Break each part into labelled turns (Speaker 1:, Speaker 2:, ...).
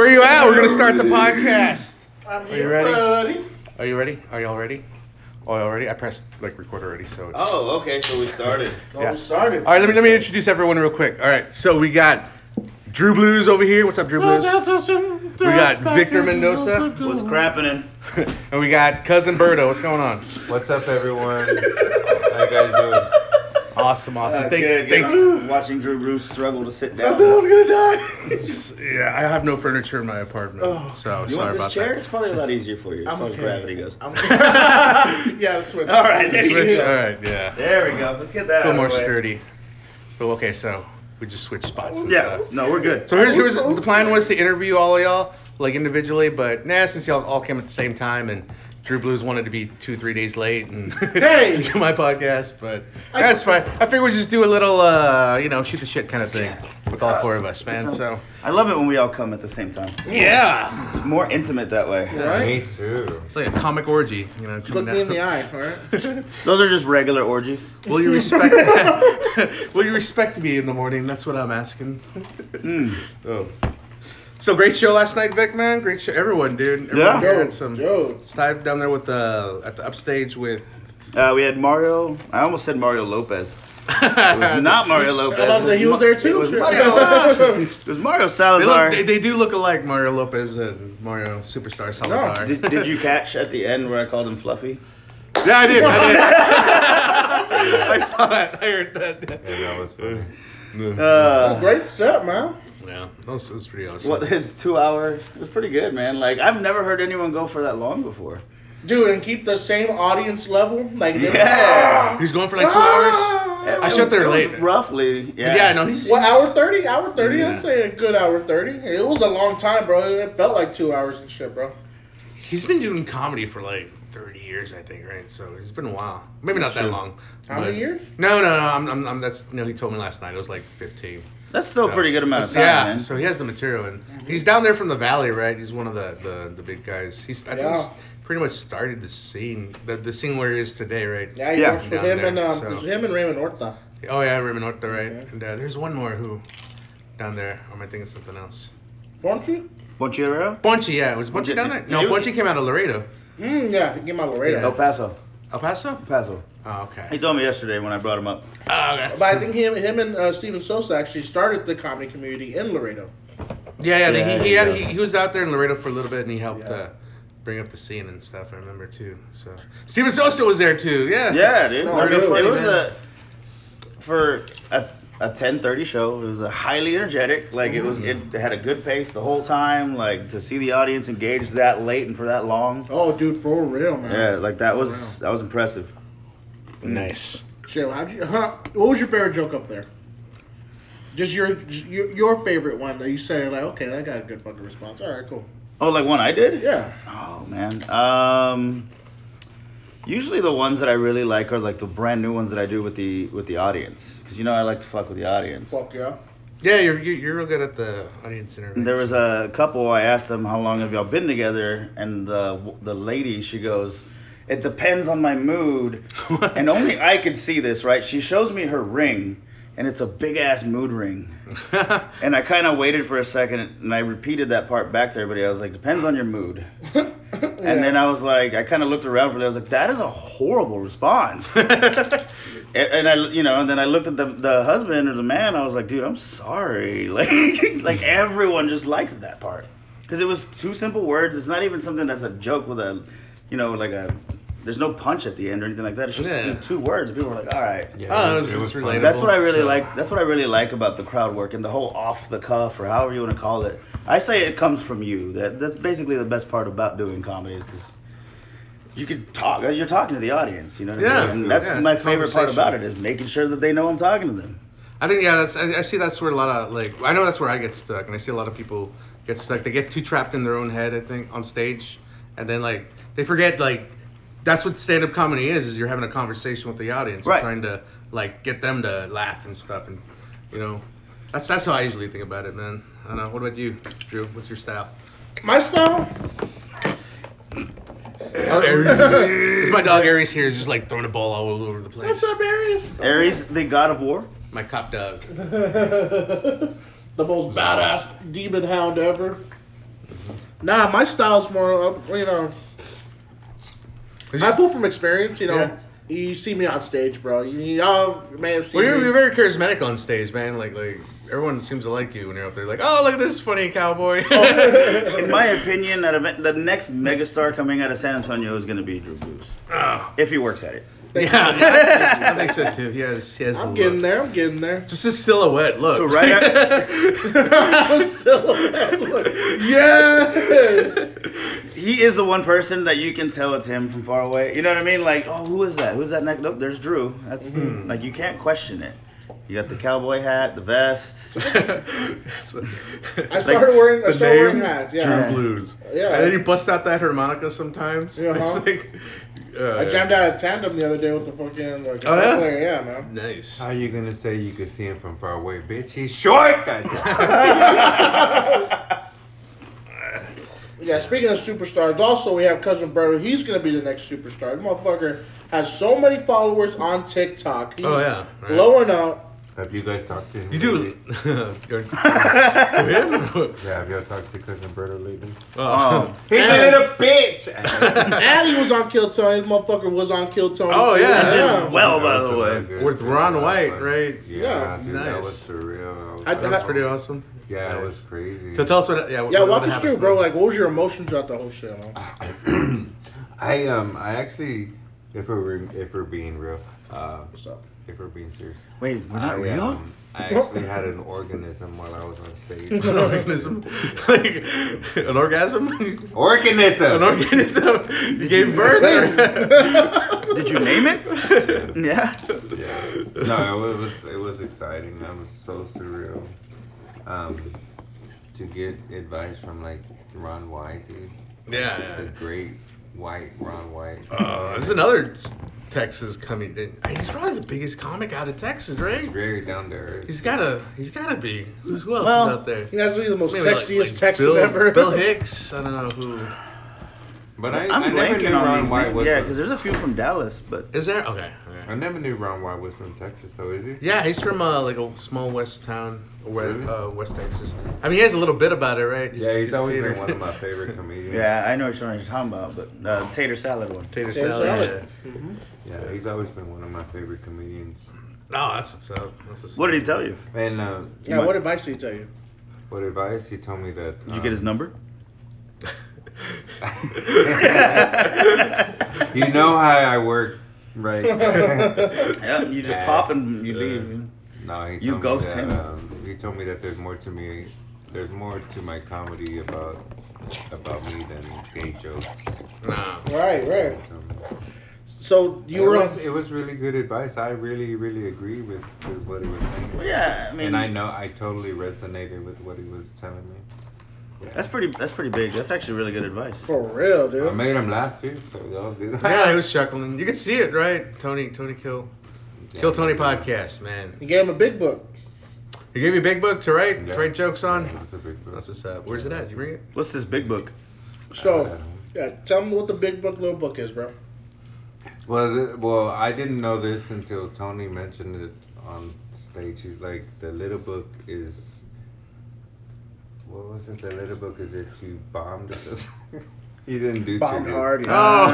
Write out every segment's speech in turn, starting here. Speaker 1: yeah, we're gonna start the podcast.
Speaker 2: I'm
Speaker 1: Are you
Speaker 2: your
Speaker 1: ready?
Speaker 2: buddy.
Speaker 1: Are you ready? Are y'all ready? Oh, y'all ready? I pressed like record already, so. It's...
Speaker 3: Oh, okay, so we started.
Speaker 2: Don't
Speaker 1: Yeah.
Speaker 2: start it.
Speaker 1: All right, let me let me introduce everyone real quick. All right, so we got Drew Blues over here. What's up, Drew Blues?
Speaker 2: We
Speaker 1: got Victor Mendoza.
Speaker 3: What's crapping?
Speaker 1: and we got cousin Birdo. What's going on?
Speaker 4: What's up, everyone? How you guys doing?
Speaker 1: Awesome, awesome. Thank,
Speaker 3: Uh, good, good.
Speaker 1: thank
Speaker 3: I'm watching Drew Bruce struggle to sit
Speaker 2: I thought I was
Speaker 3: down.
Speaker 2: gonna die.
Speaker 1: Yeah, I have no furniture in my apartment,
Speaker 2: Oh.
Speaker 1: so sorry
Speaker 3: You want
Speaker 1: about
Speaker 3: this chair?
Speaker 1: that.
Speaker 3: It's probably a lot easier for you as
Speaker 2: I'm
Speaker 3: far as
Speaker 2: okay.
Speaker 3: gravity goes.
Speaker 2: I'm yeah, that's what.
Speaker 3: All right, there you
Speaker 1: Switch.
Speaker 3: go.
Speaker 1: All right, yeah.
Speaker 3: There we go. Let's get that.
Speaker 1: A little
Speaker 3: out
Speaker 1: more
Speaker 3: of the way.
Speaker 1: sturdy. But okay, so we just switched spots. and
Speaker 3: Yeah.
Speaker 1: stuff.
Speaker 3: No, we're good.
Speaker 1: So here's,
Speaker 2: I
Speaker 1: here's
Speaker 2: was so
Speaker 1: the plan
Speaker 2: scared.
Speaker 1: was to interview all of y'all like individually, but nah, since y'all all came at the same time and Drew Blues wanted to be two three days late and
Speaker 2: Hey!
Speaker 1: do my podcast, but
Speaker 2: I-
Speaker 1: that's fine. I figured we'd just do a little uh you know shoot the shit kind of thing with
Speaker 2: Uh,
Speaker 1: all four of us, man.
Speaker 3: That's
Speaker 1: So
Speaker 3: not- I love it when we all come at the same time.
Speaker 1: yeah,
Speaker 3: It's more intimate that way.
Speaker 2: Right?
Speaker 4: Me too.
Speaker 1: it's like a comic orgy, you know.
Speaker 2: Look
Speaker 1: coming
Speaker 2: me in the
Speaker 1: down.
Speaker 2: eye, all right?
Speaker 3: Those are just regular orgies.
Speaker 1: Will you respect? will you respect me in the morning? That's what I'm asking.
Speaker 3: Mm.
Speaker 1: oh. So great show last night, Vic, man. Great show, everyone, dude. Everyone
Speaker 3: Yeah.
Speaker 1: here
Speaker 2: Joe,
Speaker 1: had some-
Speaker 2: Joe.
Speaker 1: Stive down there with the at the upstage with.
Speaker 3: Uh, we had Mario. I almost said Mario Lopez. It was not Mario Lopez.
Speaker 2: I love that he
Speaker 3: It
Speaker 2: was there too.
Speaker 3: It was
Speaker 2: Sure.
Speaker 3: Mario. it was Mario
Speaker 1: They,
Speaker 3: Salazar.
Speaker 1: look, they, they do look alike, Mario Lopez and Mario Superstar Salazar.
Speaker 3: Did, did you catch at the end where I called him Fluffy?
Speaker 1: yeah, I did. I, did. I saw that. I heard that.
Speaker 4: Yeah, that was funny.
Speaker 1: Mm-hmm.
Speaker 3: Uh,
Speaker 2: Oh, Great set, man.
Speaker 1: Yeah, that was, that was pretty awesome.
Speaker 3: What his two hour? It was pretty good, man. Like I've never heard anyone go for that long before.
Speaker 2: Dude, and keep the same audience level. Like, they-
Speaker 3: Yeah.
Speaker 1: He's going for like two
Speaker 2: Ah!
Speaker 1: hours. I
Speaker 3: It
Speaker 1: showed there
Speaker 3: was- it was
Speaker 1: late.
Speaker 3: Roughly,
Speaker 1: Yeah,
Speaker 3: yeah.
Speaker 1: yeah no, he's
Speaker 2: Well, hour 30? Hour 30?
Speaker 1: Yeah.
Speaker 2: I'd say a good hour 30. It was a long time, bro. It felt like two hours and shit, bro.
Speaker 1: he's been doing comedy for like 30 years, I think, right? So it's been a while. Maybe not that
Speaker 3: Sure.
Speaker 1: long.
Speaker 2: How many
Speaker 1: but-
Speaker 2: years?
Speaker 1: No, no, no. I'm, I'm, I'm, that's no. He told me last night. It was like 15.
Speaker 3: That's still a
Speaker 1: So-
Speaker 3: pretty good amount of time,
Speaker 1: Yeah,
Speaker 3: man.
Speaker 1: so he has the material, and he's down there from the valley, right? He's one of the the, the big guys. He's I think
Speaker 2: Yeah.
Speaker 1: he's pretty much started the scene, the, the scene where he is today, right?
Speaker 2: Yeah, he
Speaker 3: Yeah.
Speaker 2: works with
Speaker 1: Down
Speaker 2: him
Speaker 1: there,
Speaker 2: and um,
Speaker 1: so-
Speaker 2: it's him and Raymond Orta.
Speaker 1: Oh yeah, Raymond Orta, right?
Speaker 2: Okay.
Speaker 1: And uh, there's one more who down there. Or am I thinking something else?
Speaker 2: Weren't you?
Speaker 3: Bonchero?
Speaker 1: Bonchi, yeah, was Bonchi
Speaker 3: Bonchi-
Speaker 1: down there? No,
Speaker 3: he-
Speaker 1: Bonchi came out of Laredo,
Speaker 2: Mm, yeah, give my Laredo.
Speaker 3: El Paso.
Speaker 1: El Paso.
Speaker 3: El Paso.
Speaker 1: Oh okay.
Speaker 3: He told me yesterday when I brought him up.
Speaker 1: Oh, okay.
Speaker 2: But I think him, him and uh, Steven Sosa actually started the comedy community in Laredo.
Speaker 1: Yeah, yeah,
Speaker 3: Yeah,
Speaker 1: he, he,
Speaker 3: yeah.
Speaker 1: had, he, he was out there in Laredo for a little bit, and he helped
Speaker 2: Yeah.
Speaker 1: uh, bring up the scene and stuff. I remember too. So Steven Sosa was there too. Yeah.
Speaker 3: Yeah, dude.
Speaker 2: No,
Speaker 3: Like,
Speaker 2: dude,
Speaker 3: it
Speaker 2: funny,
Speaker 3: was
Speaker 1: man.
Speaker 3: a for a a 10:30 show. It was a highly energetic. Like it was.
Speaker 1: Mm-hmm.
Speaker 3: It had a good pace the whole time. Like to see the audience engaged that late and for that long.
Speaker 2: Oh, dude, for real, man.
Speaker 3: Yeah, like that was
Speaker 2: Wow.
Speaker 3: that was impressive.
Speaker 1: Nice.
Speaker 2: Shit, how'd you, huh, what was your favorite joke up there? Just your, just your your favorite one that you said, like, okay, that got a good fucking response. All right, cool.
Speaker 3: Oh, like one I did?
Speaker 2: Yeah.
Speaker 3: Oh man. Um usually the ones that I really like are like the brand new ones that I do with the with the audience cuz you know I like to fuck with the audience.
Speaker 2: Fuck yeah.
Speaker 1: Yeah, you're you're you're real good at the audience interview.
Speaker 3: There was a couple I asked them how long have y'all been together and the the lady she goes it depends on my mood and only I could see this, right? She shows me her ring and it's a big ass mood ring. And I kind of waited for a second and I repeated that part back to everybody. I was like depends on your mood. And then I was like, I kind of looked around for it. I was like, that is a horrible response. and, and I, you know, and then I looked at the, the husband or the man. I was like, dude, I'm sorry. Like, like everyone just liked that part because it was two simple words. It's not even something that's a joke with a, you know, like a. There's no punch at the end or anything like that. It's just
Speaker 1: Yeah.
Speaker 3: two words. People were like, all right.
Speaker 2: Ah,
Speaker 1: Oh, it was- it was
Speaker 4: fun.
Speaker 1: relatable.
Speaker 3: That's what I really
Speaker 1: So-
Speaker 3: like. That's what I really like about the crowd work and the whole off the cuff or however you want to call it. I say it comes from you. That that's basically the best part about doing comedy is just you can talk. uh, You're talking to the audience. You know. What I
Speaker 1: Yeah,
Speaker 3: mean? And that's
Speaker 1: yeah,
Speaker 3: my
Speaker 1: it's a
Speaker 3: favorite part
Speaker 1: conversation.
Speaker 3: about it is making sure that they know I'm talking to them.
Speaker 1: I think yeah, that's I, I see that's where a lot of like I know that's where I get stuck, and I see a lot of people get stuck. They get too trapped in their own head, I think, on stage, and then like they forget like that's what stand up comedy is is you're having a conversation with the audience, You're
Speaker 3: Right.
Speaker 1: trying to like get them to laugh and stuff, and you know that's that's how I usually think about it, man. I don't know. What about you, Drew? What's your style?
Speaker 2: My style? Oh,
Speaker 1: Aries. my dog Aries here is just like throwing a ball all over the place.
Speaker 2: What's up, Aries?
Speaker 3: Aries, the god of war.
Speaker 1: My cop dog.
Speaker 2: the most badass demon hound ever. Nah, my style's more, uh, you know.
Speaker 1: 'Cause
Speaker 2: I
Speaker 1: you-
Speaker 2: pull from experience, you know.
Speaker 1: Yeah.
Speaker 2: You see me on stage, bro. You, y'all may have seen
Speaker 1: Well, you're,
Speaker 2: me.
Speaker 1: you're very charismatic on stage, man. Like, like everyone seems to like you when you're up there. Like, oh, look at this funny cowboy.
Speaker 2: Oh,
Speaker 3: In my opinion, that event, the next megastar coming out of San Antonio is going to be Drew Brees,
Speaker 1: Oh.
Speaker 3: if he works at it.
Speaker 1: Yeah, I think so too. He has, he has.
Speaker 2: I'm
Speaker 1: a
Speaker 2: getting
Speaker 1: look.
Speaker 2: there. I'm getting there.
Speaker 1: Just his silhouette. Look.
Speaker 3: So right
Speaker 2: Silhouette, look. yes.
Speaker 3: He is the one person that you can tell it's him from far away. You know what I mean? Like, oh, who is that? Who's that next? Nope, there's Drew. That's
Speaker 1: Mhm.
Speaker 3: like you can't question it. You got the cowboy hat, the vest.
Speaker 1: I
Speaker 2: I started wearing. I started wearing hats. Yeah.
Speaker 3: Drew
Speaker 1: True Blues.
Speaker 2: Yeah.
Speaker 1: And then you bust out that harmonica sometimes.
Speaker 2: Uh-huh.
Speaker 1: It's like. Uh,
Speaker 2: I jammed out a tandem the other day with the fucking like
Speaker 1: Oh, yeah?
Speaker 2: player, yeah, man.
Speaker 1: Nice.
Speaker 4: How you gonna say you could see him from far away, bitch? He's short. goddamn.
Speaker 2: Yeah, speaking of superstars, also we have cousin Berto. He's gonna be the next superstar. The motherfucker has so many followers on TikTok. He's
Speaker 1: Oh, yeah, right.
Speaker 2: blowing up.
Speaker 4: have you guys talked to him?
Speaker 1: You do.
Speaker 4: lately?
Speaker 1: You're, to him?
Speaker 4: Yeah, have y'all talked to cousin Berto lately?
Speaker 1: Oh.
Speaker 3: Um,
Speaker 4: He's
Speaker 2: a
Speaker 4: a
Speaker 2: little
Speaker 4: little bitch.
Speaker 2: and he was on Kill Tony. His motherfucker was on Kill Tony.
Speaker 1: Oh,
Speaker 2: too.
Speaker 1: yeah. He did
Speaker 3: well, by the way.
Speaker 1: With Ron White, right?
Speaker 4: Yeah, dude,
Speaker 1: Yeah.
Speaker 4: that
Speaker 1: Nice.
Speaker 4: was surreal.
Speaker 2: I-
Speaker 1: That was pretty awesome.
Speaker 4: Yeah, it
Speaker 1: Nice.
Speaker 4: was crazy.
Speaker 1: So tell us what. Yeah, what,
Speaker 2: Yeah,
Speaker 1: what
Speaker 2: walk us
Speaker 1: happened.
Speaker 2: through, bro. Like, what was your emotions about the whole shit? Man?
Speaker 4: I um, I actually, if we're if we're being real, uh,
Speaker 2: What's up?
Speaker 4: if we're being serious,
Speaker 3: Wait, we're not
Speaker 4: I,
Speaker 3: real.
Speaker 4: um, I actually had an organism while I was on stage.
Speaker 1: an organism, like an orgasm,
Speaker 4: organism.
Speaker 1: an organism. You gave birth. or-
Speaker 3: Did you name it? yeah.
Speaker 4: Yeah. No, it was it was exciting. That was so surreal. Um, to get advice from like Ron White, dude.
Speaker 1: Yeah, yeah.
Speaker 4: The great white Ron White.
Speaker 1: Uh, there's another s- Texas coming. in. He's probably the biggest comic out of Texas,
Speaker 4: He's
Speaker 1: right?
Speaker 4: very down there.
Speaker 1: He's gotta. He's gotta be. Who's, who else
Speaker 3: Well,
Speaker 1: is out there?
Speaker 2: He has to be the most
Speaker 1: Maybe like-
Speaker 2: sexiest
Speaker 1: like
Speaker 2: Texan
Speaker 1: Bill,
Speaker 2: ever.
Speaker 1: Bill Hicks. I don't know who.
Speaker 4: But I,
Speaker 3: I'm
Speaker 4: I never
Speaker 3: blanking
Speaker 4: knew
Speaker 3: on
Speaker 4: Ron
Speaker 3: these
Speaker 4: White
Speaker 3: names.
Speaker 4: was.
Speaker 3: Yeah,
Speaker 4: from-
Speaker 3: because there's a few from Dallas, but
Speaker 1: Is there? Okay. okay.
Speaker 4: I never knew Ron White was from Texas, though. Is he?
Speaker 1: Yeah, he's from uh, like a small west town, where,
Speaker 4: Really?
Speaker 1: uh, West Texas. I mean, he has a little bit about it, right?
Speaker 4: Yeah, he's
Speaker 1: his
Speaker 4: always
Speaker 1: tater-
Speaker 4: been one of my favorite comedians.
Speaker 3: yeah, I know which one you're talking about, but uh, tater salad one.
Speaker 1: tater
Speaker 2: Tater
Speaker 1: salad.
Speaker 2: salad.
Speaker 1: yeah.
Speaker 4: Yeah, he's always been one of my favorite comedians.
Speaker 1: No, that's what's up. That's what's
Speaker 3: What
Speaker 1: up.
Speaker 3: did he tell you?
Speaker 4: And uh,
Speaker 2: Yeah, what advice did he tell you?
Speaker 4: what advice? He told me that.
Speaker 3: Did you get his
Speaker 4: um,
Speaker 3: number?
Speaker 4: you know how I work, right?
Speaker 3: Yeah, you just
Speaker 4: Yeah.
Speaker 3: pop and you
Speaker 1: Yeah.
Speaker 3: leave.
Speaker 4: no, he told
Speaker 3: You
Speaker 4: me
Speaker 3: ghost
Speaker 4: that,
Speaker 3: him.
Speaker 4: Um, he told me that there's more to me. There's more to my comedy about about me than gay jokes.
Speaker 1: Nah.
Speaker 2: Right, right.
Speaker 4: So,
Speaker 2: So you
Speaker 4: it
Speaker 2: were.
Speaker 4: was, it was really good advice. I really, really agree with, with what he was saying.
Speaker 3: Well, yeah, I mean-
Speaker 4: and I know I totally resonated with what he was telling me. Yeah.
Speaker 3: That's pretty. That's pretty big. That's actually really good advice.
Speaker 2: For real, dude.
Speaker 4: I made him laugh too, so y'all do that.
Speaker 1: Yeah, he was chuckling. You could see it, right? Tony, Tony Kill, Kill Tony podcast, man.
Speaker 2: He gave him a big book.
Speaker 1: He gave you a big book to write,
Speaker 4: Yeah.
Speaker 1: to write jokes on.
Speaker 4: Yeah, it was a big book.
Speaker 1: That's what's up. Where's it at? Did you bring it?
Speaker 3: What's this big book?
Speaker 2: So,
Speaker 4: Uh,
Speaker 2: yeah, tell him what the big book, little book is, bro.
Speaker 4: Well, th- well, I didn't know this until Tony mentioned it on stage. He's like, the little book is. What was it? The little book is if you bombed or something. he didn't do
Speaker 2: Bomb
Speaker 4: too good.
Speaker 2: hard.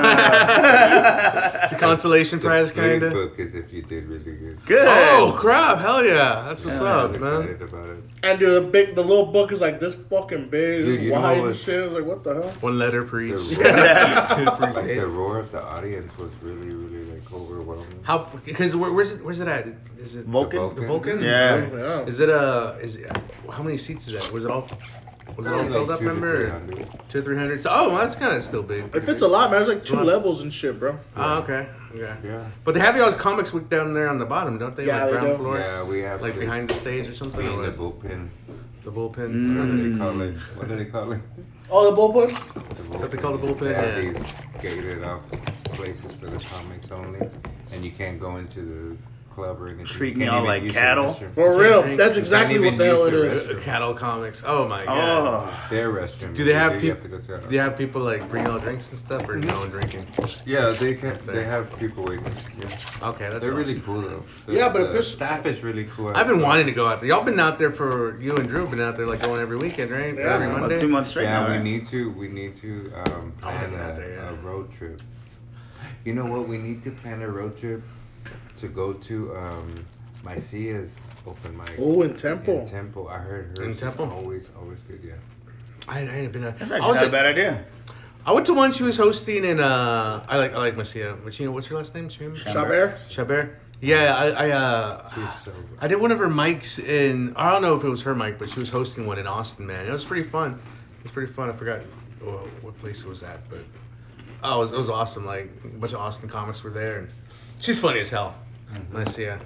Speaker 1: Oh, it's a consolation
Speaker 4: The
Speaker 1: prize,
Speaker 4: big
Speaker 1: kind of.
Speaker 4: book is if you did really good.
Speaker 3: Good.
Speaker 1: Oh crap! Hell yeah! That's what's
Speaker 4: Yeah, I
Speaker 1: up,
Speaker 4: was
Speaker 1: man.
Speaker 4: excited about it.
Speaker 2: And dude, the big, the little book is like this fucking big,
Speaker 4: Dude, you know
Speaker 2: wide
Speaker 4: what
Speaker 2: and
Speaker 4: was-
Speaker 2: shit. I was like, what the hell?
Speaker 1: One letter per
Speaker 4: The
Speaker 1: each.
Speaker 4: roar, like,
Speaker 1: Appreciate
Speaker 4: the
Speaker 1: it.
Speaker 4: roar of the audience was really, really like overwhelming.
Speaker 1: How? Because where, where's it? Where's it at? Is it
Speaker 3: Vulcan?
Speaker 1: The Vulcan?
Speaker 3: Yeah.
Speaker 2: Yeah.
Speaker 1: Is it uh? Is it, how many seats is that? Was it all? Was it all
Speaker 4: Like
Speaker 1: filled up?
Speaker 4: two to three
Speaker 1: Remember?
Speaker 4: hundred.
Speaker 1: Two, three hundred. So, oh, well, that's kind of still big.
Speaker 2: If it's a lot, man, it's like
Speaker 1: It's a
Speaker 2: two
Speaker 1: lot.
Speaker 2: levels and shit, bro.
Speaker 1: Oh, okay. Okay.
Speaker 4: Yeah.
Speaker 1: But they have y'all comics week down there on the bottom, don't they?
Speaker 2: Yeah,
Speaker 1: like
Speaker 2: they
Speaker 1: ground
Speaker 2: do.
Speaker 1: floor,
Speaker 4: Yeah, we have
Speaker 1: like
Speaker 4: to
Speaker 1: behind the stage or something.
Speaker 4: be in
Speaker 1: Or
Speaker 4: the
Speaker 1: what?
Speaker 4: bullpen.
Speaker 1: The bullpen.
Speaker 4: What
Speaker 3: Mm.
Speaker 4: do they call it? What do they call it?
Speaker 2: Oh, the bullpen.
Speaker 4: The
Speaker 1: What they call the bullpen,
Speaker 4: They have
Speaker 1: yeah.
Speaker 4: these gated off places for the comics only, and you can't go into the club or anything.
Speaker 3: Treat
Speaker 4: You
Speaker 3: me
Speaker 4: can't
Speaker 3: all
Speaker 4: even
Speaker 3: like
Speaker 4: use your
Speaker 3: cattle?
Speaker 4: restroom.
Speaker 2: For
Speaker 1: Can't
Speaker 2: real,
Speaker 1: drink.
Speaker 2: that's
Speaker 1: You can't
Speaker 2: exactly
Speaker 4: even
Speaker 2: what the hell
Speaker 4: use
Speaker 2: it
Speaker 4: the
Speaker 2: is.
Speaker 4: restroom.
Speaker 1: Uh, Cattle Comics. Oh my god.
Speaker 3: Oh.
Speaker 4: Their restroom.
Speaker 1: Do they have
Speaker 4: You have
Speaker 1: people?
Speaker 4: to go
Speaker 2: Oh.
Speaker 4: to
Speaker 1: Do they have people like bringing out drinks and stuff, or no
Speaker 2: Mm-hmm.
Speaker 1: one drinking?
Speaker 4: Yeah, they can. They have people waiting. Yeah.
Speaker 1: Okay, that's
Speaker 4: They're really
Speaker 1: awesome.
Speaker 4: cool though.
Speaker 2: Yeah, but if
Speaker 4: the
Speaker 2: it's-
Speaker 4: staff is really cool.
Speaker 1: I've been wanting to go out there. Y'all been out there for you and Drew have been out there like going every weekend, right?
Speaker 2: Yeah.
Speaker 1: every
Speaker 3: About
Speaker 1: Monday.
Speaker 3: two months straight
Speaker 4: yeah,
Speaker 3: now.
Speaker 4: we
Speaker 3: right?
Speaker 4: need to. We need to um,
Speaker 1: I'll have
Speaker 4: plan
Speaker 1: it out
Speaker 4: a,
Speaker 1: there, yeah.
Speaker 4: a road trip. You know what? We need to plan a road trip to go to um, Mycia's open mic.
Speaker 2: Oh, in Temple.
Speaker 4: In Temple, I heard hers
Speaker 1: In
Speaker 4: is
Speaker 1: Temple?
Speaker 4: always, always good. Yeah.
Speaker 1: I, I ain't been out.
Speaker 3: That's
Speaker 1: I
Speaker 3: actually
Speaker 1: was
Speaker 3: not
Speaker 1: at-
Speaker 3: a bad idea.
Speaker 1: I went to one she was hosting in uh I like I like Marcia. But you know what's her last name? Chim?
Speaker 3: Chabert.
Speaker 2: Chabert?
Speaker 1: Chabert. Yeah, I I uh
Speaker 4: She's
Speaker 2: Ah.
Speaker 4: so.
Speaker 1: I did one of her mics in I don't know if it was her mic, but she was hosting one in Austin, man. It was pretty fun. It was pretty fun. I forgot uh, what place it was at, but oh, it was, it was awesome. Like a bunch of Austin comics were there, and she's funny as hell.
Speaker 3: Mm-hmm.
Speaker 1: Marcia.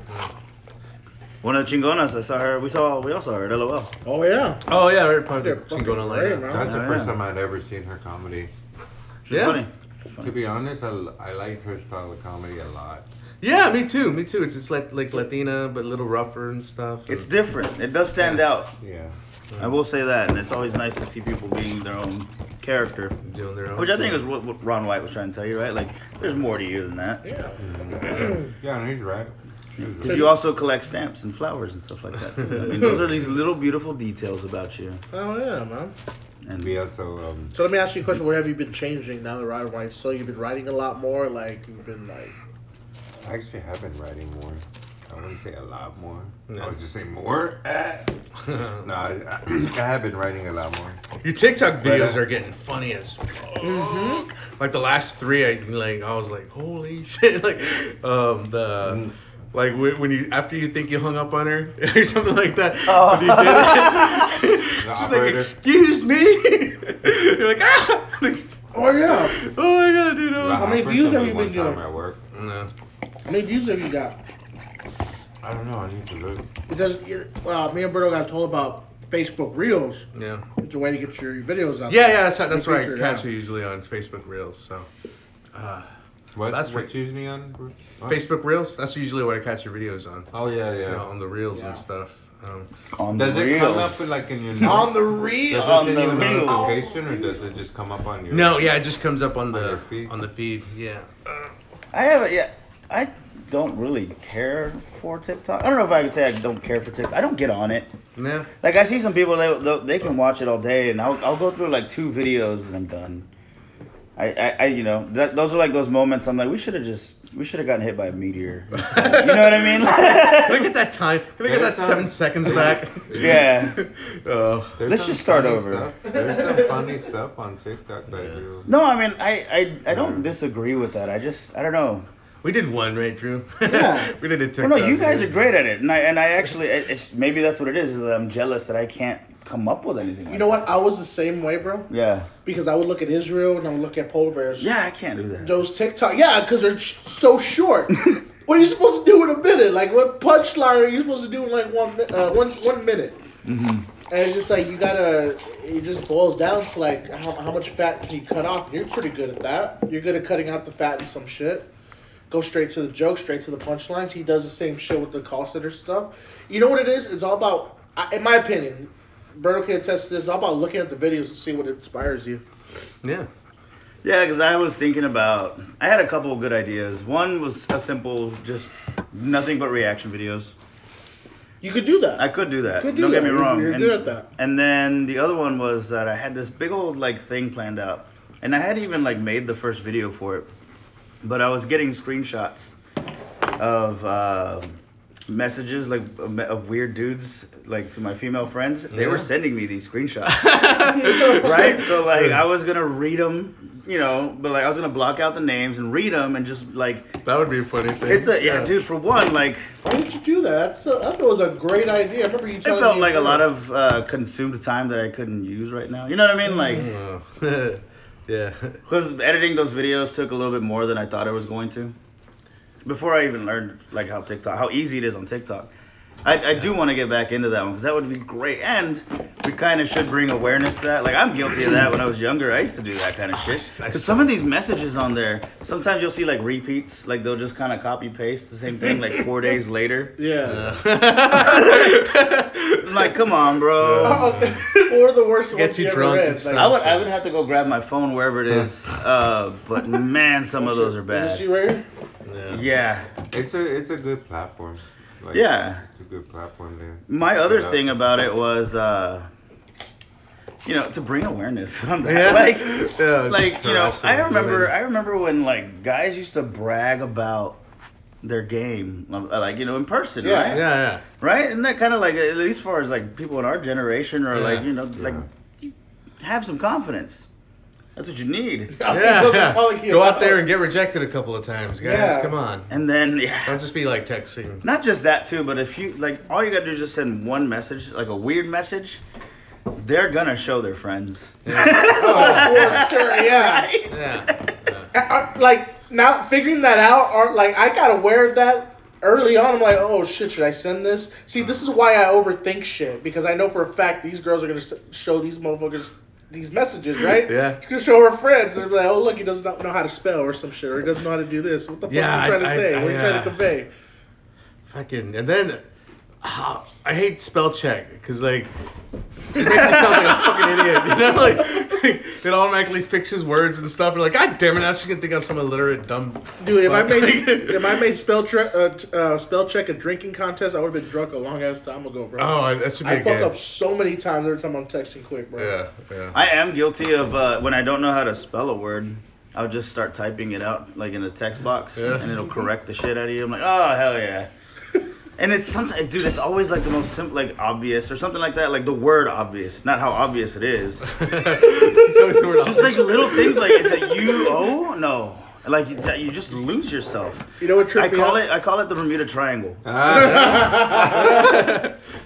Speaker 3: One of the chingonas, I saw her. We saw, we also heard. LOL.
Speaker 2: Oh yeah.
Speaker 1: Oh yeah, right. Probably
Speaker 2: They're
Speaker 1: she's going
Speaker 2: fucking
Speaker 1: on
Speaker 2: great,
Speaker 1: later.
Speaker 2: man.
Speaker 4: That's
Speaker 3: yeah.
Speaker 4: the first time I'd ever seen her comedy.
Speaker 3: She's
Speaker 1: Yeah.
Speaker 3: funny.
Speaker 4: To be honest, I, l- I like her style of comedy a lot.
Speaker 1: Yeah, me too. Me too. It's just like like Latina, but a little rougher and stuff.
Speaker 3: It's different. It does stand out.
Speaker 4: Yeah.
Speaker 3: I will say that, and it's always nice to see people being their own character,
Speaker 1: doing their own.
Speaker 3: which I think
Speaker 1: thing.
Speaker 3: is what, what Ron White was trying to tell you, right? Like, there's more to you than that.
Speaker 2: Yeah. Mm.
Speaker 4: Yeah, and he's right. He's
Speaker 3: Because you also collect stamps and flowers and stuff like that. Too. I mean, those are these little beautiful details about you.
Speaker 2: Oh yeah, man.
Speaker 3: And
Speaker 4: We also um,
Speaker 2: So let me ask you a question. What have you been changing now that Ryan White? So you've been writing a lot more. Like you've been like.
Speaker 4: I actually have been writing more. I wouldn't say a lot more.
Speaker 1: No.
Speaker 4: I would just say more. Eh. no, I, I have been writing a lot more.
Speaker 1: Your TikTok
Speaker 4: But, uh,
Speaker 1: videos are getting funny as fuck. Like the last three, I like I was like, holy shit! Like, um,
Speaker 2: Uh,
Speaker 1: the
Speaker 3: Mm.
Speaker 4: Mm.
Speaker 1: like whe- when you after you think you hung up on her or something like that,
Speaker 3: Oh.
Speaker 1: but you did it.
Speaker 4: The
Speaker 1: She's like,
Speaker 4: operator.
Speaker 1: excuse me. You're like, ah. Like,
Speaker 2: Oh yeah.
Speaker 1: oh my god, dude. Oh,
Speaker 4: That
Speaker 1: my
Speaker 2: many
Speaker 4: happened
Speaker 2: views
Speaker 4: to
Speaker 2: have
Speaker 4: me
Speaker 2: you
Speaker 4: one
Speaker 2: been
Speaker 4: time
Speaker 2: doing?
Speaker 4: At work.
Speaker 1: god. No.
Speaker 2: How many views have you got?
Speaker 4: I don't know. I need to look.
Speaker 2: Because you- uh, me and Berto got told about Facebook Reels.
Speaker 1: Yeah.
Speaker 2: It's a way to get your videos out.
Speaker 1: Yeah,
Speaker 2: there.
Speaker 1: yeah. That's that's
Speaker 2: Your
Speaker 1: where I
Speaker 2: picture,
Speaker 1: catch
Speaker 2: yeah.
Speaker 1: you usually on Facebook Reels. So. Uh,
Speaker 4: What,
Speaker 1: That's
Speaker 4: what's usually on? what?
Speaker 1: Facebook Reels. That's usually what I catch your videos on.
Speaker 4: Oh yeah,
Speaker 1: You
Speaker 4: yeah.
Speaker 1: know, on the reels
Speaker 2: Yeah.
Speaker 1: and stuff. Um,
Speaker 3: on
Speaker 4: Does
Speaker 3: the
Speaker 4: it
Speaker 3: reels.
Speaker 4: come up like in your
Speaker 1: on the
Speaker 4: Does
Speaker 1: reel.
Speaker 4: it
Speaker 3: on
Speaker 4: send
Speaker 3: the
Speaker 4: you a
Speaker 3: reels.
Speaker 4: notification or does it just come up on your?
Speaker 1: No, yeah, it just comes up on
Speaker 4: On your
Speaker 1: the
Speaker 4: feed?
Speaker 1: on the feed. Yeah.
Speaker 3: I haven't yet. I don't really care for TikTok. I don't know if I could say I don't care for TikTok. I don't get on it.
Speaker 1: Yeah.
Speaker 3: Like I see some people, they they, they can watch it all day, and I'll, I'll go through like two videos and I'm done. I, I, I you know that, those are like those moments I'm like we should have just we should have gotten hit by a meteor. you know what I mean?
Speaker 1: Can I get that time? Can I get that
Speaker 4: There's
Speaker 1: seven
Speaker 4: some-
Speaker 1: seconds back?
Speaker 3: yeah.
Speaker 1: Oh.
Speaker 4: There's
Speaker 3: Let's
Speaker 4: some
Speaker 3: just start
Speaker 4: funny
Speaker 3: over.
Speaker 4: Stuff. There's some funny stuff on TikTok that
Speaker 1: Yeah.
Speaker 4: you.
Speaker 3: No, I mean I, I I don't
Speaker 4: Yeah.
Speaker 3: disagree with that. I just I don't know.
Speaker 1: We did one, right, Drew?
Speaker 2: Yeah.
Speaker 1: we did a
Speaker 3: Well,
Speaker 1: TikTok.
Speaker 3: no, you guys are
Speaker 1: video.
Speaker 3: great at it, and I and I actually it- it's maybe that's what it is. Is that I'm jealous that I can't come up with anything.
Speaker 2: You
Speaker 3: like
Speaker 2: know what? I was the same way, bro.
Speaker 3: that. Yeah.
Speaker 2: Because I would look at Israel and I would look at polar bears.
Speaker 3: Yeah, I can't do that.
Speaker 2: Those TikTok. Yeah, because they're sh- so short. what are you supposed to do in a minute? Like, what punchline are you supposed to do in like one mi- uh, one one minute?
Speaker 3: Mhm.
Speaker 2: And it's just like you gotta. It just boils down to like how, how much fat can you cut off? You're pretty good at that. You're good at cutting out the fat and some shit. Go straight to the joke, straight to the punchlines. He does the same shit with the call center stuff. You know what it is? It's all about, I- in my opinion, Berto can attest to this. It's all about looking at the videos to see what inspires you.
Speaker 1: Yeah.
Speaker 3: Yeah, because I was thinking about. I had a couple of good ideas. One was a simple, just nothing but reaction videos.
Speaker 2: You could do that.
Speaker 3: I could do that.
Speaker 2: Could do
Speaker 3: Don't
Speaker 2: that.
Speaker 3: get me
Speaker 2: You're-
Speaker 3: wrong.
Speaker 2: you're
Speaker 3: and,
Speaker 2: good at that.
Speaker 3: And then the other one was that I had this big old like thing planned out, and I had even like made the first video for it, but I was getting screenshots of uh, messages like of, of weird dudes like to my female friends. They
Speaker 1: Yeah.
Speaker 3: were sending me these screenshots, right? So like I was gonna read them, you know, but like I was gonna block out the names and read them and just like
Speaker 1: That would be a funny thing.
Speaker 3: it's a yeah, dude. For one, like.
Speaker 2: Why did you do that? That's a, that was a great idea. I remember you
Speaker 3: It
Speaker 2: telling
Speaker 3: felt
Speaker 2: me
Speaker 3: like a
Speaker 2: you-
Speaker 3: lot of uh, consumed time that I couldn't use right now. You know what I mean?
Speaker 4: Mm.
Speaker 3: Like,
Speaker 1: Oh. yeah.
Speaker 3: because editing those videos took a little bit more than I thought it was going to. Before I even learned like how TikTok, how easy it is on TikTok, I, I do want to get back into that one because that would be great, and we kind of should bring awareness to that. Like I'm guilty of that when I was younger. I used to do that kind of shit.
Speaker 1: I- I
Speaker 3: 'Cause some of these messages on there, sometimes you'll see like repeats, like they'll just kind of copy paste the same thing like four days later.
Speaker 2: Yeah.
Speaker 3: I'm like, come on, bro.
Speaker 2: or the worst
Speaker 1: Gets
Speaker 2: ones
Speaker 1: you
Speaker 2: you ever
Speaker 1: drunk and
Speaker 2: read.
Speaker 1: stuff.
Speaker 3: I would I would have to go grab my phone wherever it is. Uh, but man, some of those are
Speaker 2: Is this
Speaker 3: bad.
Speaker 2: you right here?
Speaker 3: Yeah.
Speaker 4: It's a it's a good platform. Like,
Speaker 3: Yeah.
Speaker 4: It's a good platform there.
Speaker 3: My other thing about it was, uh, you know, to bring awareness on that.
Speaker 1: Yeah.
Speaker 3: Like,
Speaker 1: Yeah,
Speaker 3: like
Speaker 1: just
Speaker 3: you know,
Speaker 1: harassing
Speaker 3: I remember,
Speaker 1: women.
Speaker 3: I remember when like guys used to brag about their game, um, uh, like you know, in person,
Speaker 2: Yeah,
Speaker 1: Yeah,
Speaker 3: right?
Speaker 1: yeah.
Speaker 3: Right? Isn't that kind of like, at least as far as like people in our generation are
Speaker 1: Yeah.
Speaker 3: like, you know, like
Speaker 4: Yeah.
Speaker 3: you have some confidence. That's what you need.
Speaker 2: I mean,
Speaker 1: yeah,
Speaker 2: those are
Speaker 1: yeah.
Speaker 2: probably
Speaker 1: Go out
Speaker 2: allowed.
Speaker 1: there and get rejected a couple of times, guys.
Speaker 2: Yeah.
Speaker 1: Come on.
Speaker 3: And then yeah.
Speaker 1: Don't just be like texting.
Speaker 3: Not just that too, but if you like, all you gotta do is just send one message, like a weird message. They're gonna show their friends.
Speaker 2: Oh, for sure, yeah.
Speaker 3: Right?
Speaker 1: Yeah. yeah.
Speaker 2: I- I- like now figuring that out or like I got aware of that early on. I'm like, oh shit, should I send this? See, this is why I overthink shit because I know for a fact these girls are gonna s- show these motherfuckers these messages, right?
Speaker 1: Yeah.
Speaker 2: She's gonna show her friends and be like, oh look, he does not know how to spell or some shit, or he doesn't know how to do this. What the fuck
Speaker 1: Yeah,
Speaker 2: are you trying
Speaker 1: I-
Speaker 2: to say?
Speaker 1: I-
Speaker 2: what are you trying
Speaker 1: yeah.
Speaker 2: to convey?
Speaker 1: Fucking. And then ah, I hate spell check because like it makes you sound like a fucking idiot. You know, like it automatically fixes words and stuff. And like, god damn it, now she's gonna think I'm some illiterate dumb.
Speaker 2: Dude, if I
Speaker 1: fuck."
Speaker 2: made if I made spell tre- uh, t- uh, spell check a drinking contest, I would have been drunk a long ass time ago, bro.
Speaker 1: Oh, I- that should be
Speaker 2: I
Speaker 1: a
Speaker 2: fuck
Speaker 1: game.
Speaker 2: up so many times every time I'm texting quick, bro.
Speaker 1: Yeah, yeah.
Speaker 3: I am guilty of uh, when I don't know how to spell a word. I'll just start typing it out like in a text box,
Speaker 1: Yeah.
Speaker 3: and it'll correct the shit out of you. I'm like, oh hell yeah. And it's sometimes, dude, it's always like the most simple, like obvious or something like that, like the word obvious, not how obvious it is.
Speaker 1: It's always the word
Speaker 3: just like
Speaker 1: opposite.
Speaker 3: little things like is it you oh no like you, you just lose yourself
Speaker 2: You know what
Speaker 3: i
Speaker 2: tripped me
Speaker 3: call
Speaker 2: out?
Speaker 3: it i call it the bermuda triangle
Speaker 4: Ah,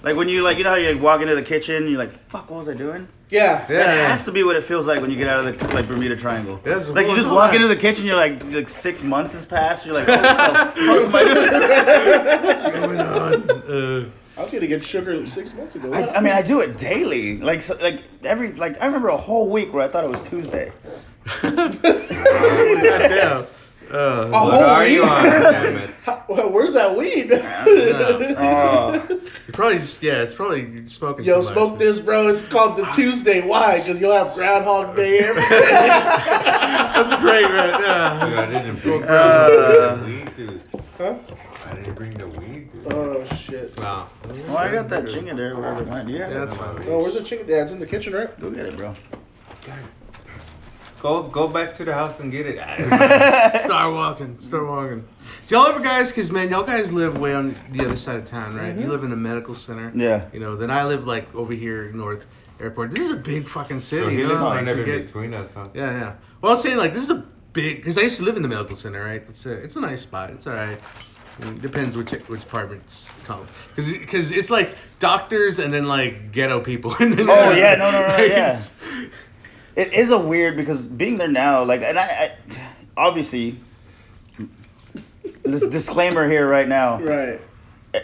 Speaker 3: like when you like you know how you like, walk into the kitchen you're like fuck what was i doing
Speaker 2: Yeah.
Speaker 1: Yeah.
Speaker 3: that has to be what it feels like when you get out of the like bermuda triangle
Speaker 1: Yes,
Speaker 3: like you
Speaker 1: what
Speaker 3: just
Speaker 1: was
Speaker 3: walk
Speaker 1: that?
Speaker 3: into the kitchen you're like like six months has passed you're like what the fuck am i doing
Speaker 1: Going on. Uh,
Speaker 2: I was gonna get sugar six months ago.
Speaker 3: I, I mean i do it daily like so, like every like i remember a whole week where i thought it was tuesday
Speaker 1: goddamn. Uh,
Speaker 2: Oh,
Speaker 4: what are you
Speaker 2: Holy-
Speaker 4: on? Damn it.
Speaker 2: How- well, where's that weed?
Speaker 3: oh
Speaker 1: You probably just yeah, it's probably you're smoking.
Speaker 2: Yo,
Speaker 1: too much.
Speaker 2: smoke this, bro. It's called the Tuesday. Why? Because you'll have Groundhog Day every day.
Speaker 1: That's great, right?
Speaker 4: Dude, I
Speaker 1: Yeah.
Speaker 4: didn't bring
Speaker 3: Uh,
Speaker 4: the weed, dude.
Speaker 2: huh?
Speaker 4: I didn't bring the weed, dude.
Speaker 3: Uh,
Speaker 2: Oh shit.
Speaker 1: Wow.
Speaker 3: well Oh, i got that chinga there wherever it went yeah,
Speaker 1: Yeah, that's fine.
Speaker 2: Oh, where's the chicken? Yeah, it's in the kitchen, right?
Speaker 3: go get it bro
Speaker 4: Go go back to the house and get it.
Speaker 1: Start walking. Start walking. Do y'all ever guys? Cause man, y'all guys live way on the other side of town, right?
Speaker 3: Mm-hmm.
Speaker 1: You live in a medical center.
Speaker 3: yeah
Speaker 1: You know, then I live like over here north airport. This is a big fucking city.
Speaker 4: so he
Speaker 1: you know?
Speaker 4: lives
Speaker 1: like,
Speaker 4: kind
Speaker 1: to
Speaker 4: of in
Speaker 1: get-
Speaker 4: between us, huh?
Speaker 1: Yeah, yeah. Well, I'm saying like this is a big because I used to live in the medical center, right? It's a it's a nice spot. It's all right. It depends which which apartment it's called because because it's like doctors and then like ghetto people. and then
Speaker 3: Oh, yeah, no, no, no, no, yeah.
Speaker 1: It's-
Speaker 3: It is a weird because being there now, like, and I, I obviously, this disclaimer here right now.
Speaker 2: Right.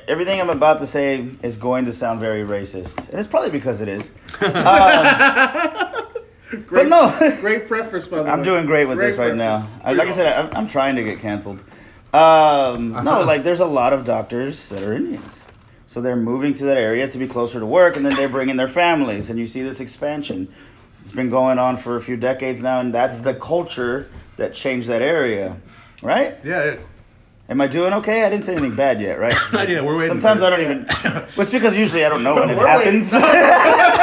Speaker 3: Everything I'm about to say is going to sound very racist, and it's probably because it is. Um,
Speaker 2: Great,
Speaker 3: no.
Speaker 2: great preference, by the way.
Speaker 3: I'm doing great with this right now. I- Like I said, I'm, I'm trying to get canceled. Um, no, like there's a lot of doctors that are Indians, so they're moving to that area to be closer to work, and then they're bringing their families, and you see this expansion. It's been going on for a few decades now, and that's the culture that changed that area, right?
Speaker 1: yeah. It,
Speaker 3: Am I doing okay? I didn't say anything bad yet, right?
Speaker 1: Not yet, we're waiting
Speaker 3: Sometimes
Speaker 1: for
Speaker 3: I
Speaker 1: it.
Speaker 3: don't even. Well, it's because usually I don't know when it
Speaker 2: We're waiting.
Speaker 3: happens.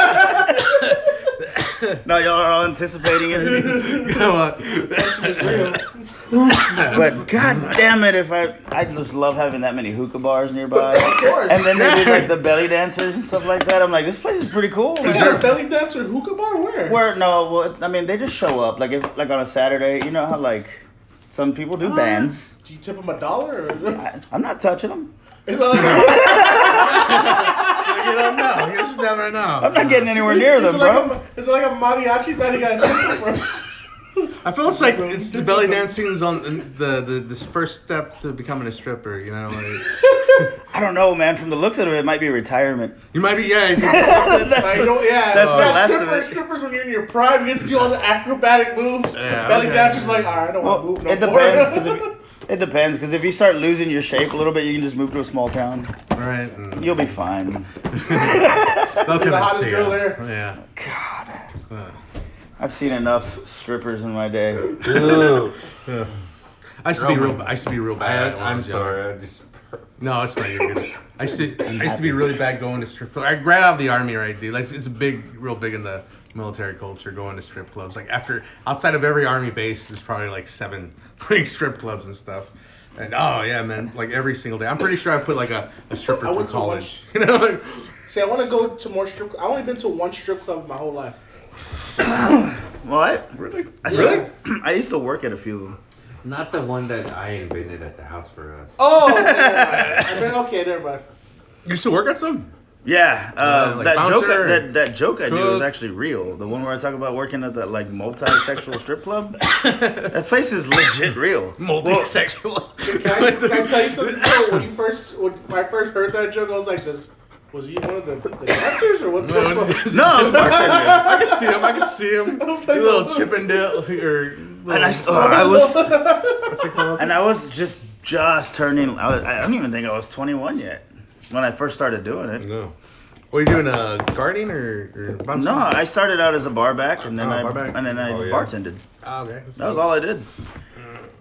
Speaker 3: no, y'all are all anticipating it.
Speaker 1: come on.
Speaker 3: But god damn it, if I I just love having that many hookah bars nearby.
Speaker 2: Of course.
Speaker 3: And then they do like the belly dancers and stuff like that. I'm like, this place is pretty cool.
Speaker 2: Is
Speaker 3: man.
Speaker 2: there a belly dance or hookah bar? Where?
Speaker 3: Where no, well, I mean they just show up like if like on a Saturday. You know how like some people
Speaker 2: Uh-huh.
Speaker 3: do bands.
Speaker 2: Do you tip them a dollar? Or...
Speaker 3: I, I'm not touching them.
Speaker 2: It's all like-
Speaker 1: You don't know. You just never know.
Speaker 2: Uh-huh.
Speaker 3: I'm not getting anywhere near
Speaker 2: it's
Speaker 3: them,
Speaker 2: like
Speaker 3: bro.
Speaker 2: A, it's like a mariachi that he got tipped for.
Speaker 1: I feel it's like it's the belly dancing is on the, the the first step to becoming a stripper. You know, like
Speaker 3: I don't know, man. From the looks of it, it might be retirement.
Speaker 1: you might be yeah. you-
Speaker 2: I don't, yeah,
Speaker 3: That's the
Speaker 2: yeah,
Speaker 3: last of
Speaker 2: strippers,
Speaker 3: it.
Speaker 2: strippers when you're in your prime, you get to do all the acrobatic moves.
Speaker 1: Yeah,
Speaker 2: Belly
Speaker 1: okay.
Speaker 2: dancer's like, all right, I don't want to
Speaker 3: Well,
Speaker 2: move no
Speaker 3: it depends.
Speaker 2: more.
Speaker 3: 'cause if, it depends because if you start losing your shape a little bit, you can just move to a small town.
Speaker 1: right. and-
Speaker 3: You'll be fine.
Speaker 1: They'll come
Speaker 2: the
Speaker 1: and
Speaker 2: hottest
Speaker 1: see ya.
Speaker 2: girl there.
Speaker 3: God,
Speaker 1: Yeah. Uh,
Speaker 3: I've seen enough strippers in my day.
Speaker 4: Ew.
Speaker 1: yeah. I used to be
Speaker 4: Roman.
Speaker 1: real. I used to be real
Speaker 4: I,
Speaker 1: bad. when I
Speaker 4: I'm
Speaker 1: was younger.
Speaker 4: sorry. I just.
Speaker 1: No, it's fine. You're good. I used to, I used to be really bad going to strip clubs. I ran out of the army, right, dude? Like, it's big, real big in the military culture going to strip clubs. Like after, outside of every army base, there's probably like seven like strip clubs and stuff. And oh yeah, man, like every single day. I'm pretty sure I put like a, a stripper
Speaker 2: I
Speaker 1: through
Speaker 2: went to
Speaker 1: college. You know, like,
Speaker 2: See, I want to go to more strip. I've only been to one strip club my whole life.
Speaker 3: What?
Speaker 1: really,
Speaker 3: I
Speaker 1: really.
Speaker 3: still- I used to work at a few of them.
Speaker 4: Not the one that I invented at the house for us.
Speaker 2: Oh, never mind. I mean, okay, never mind.
Speaker 1: You used to work at some?
Speaker 3: Yeah, uh,
Speaker 1: Yeah, like
Speaker 3: that joke
Speaker 1: bouncer
Speaker 3: that,
Speaker 1: and
Speaker 3: that joke I do is
Speaker 1: cook.
Speaker 3: actually real. The one where I talk about working at that like multi-sexual strip club. That place is legit real.
Speaker 1: Multi-sexual.
Speaker 2: Can I, can I tell you something? bro? when you first, when I first heard that joke, I was like, "This was he one of the, the dancers or what?" The
Speaker 1: No,
Speaker 2: fuck?
Speaker 1: it's-
Speaker 3: No, I was working there.
Speaker 1: I can see him. I can see him.
Speaker 2: I was
Speaker 1: Your
Speaker 2: like,
Speaker 1: little
Speaker 2: oh.
Speaker 1: Chippendale or.
Speaker 3: And I,
Speaker 1: little-
Speaker 3: oh, I was
Speaker 1: what's it called?
Speaker 3: and I was just just turning. I, was, I don't even think I was 21 yet when I first started doing it.
Speaker 1: No. Were you doing uh, gardening or, or bouncing?
Speaker 3: No, I started out as a bar back and then
Speaker 1: Oh,
Speaker 3: I
Speaker 1: bar back.
Speaker 3: and then I
Speaker 4: Oh, yeah.
Speaker 3: bartended.
Speaker 1: Oh, okay.
Speaker 3: That was all I did.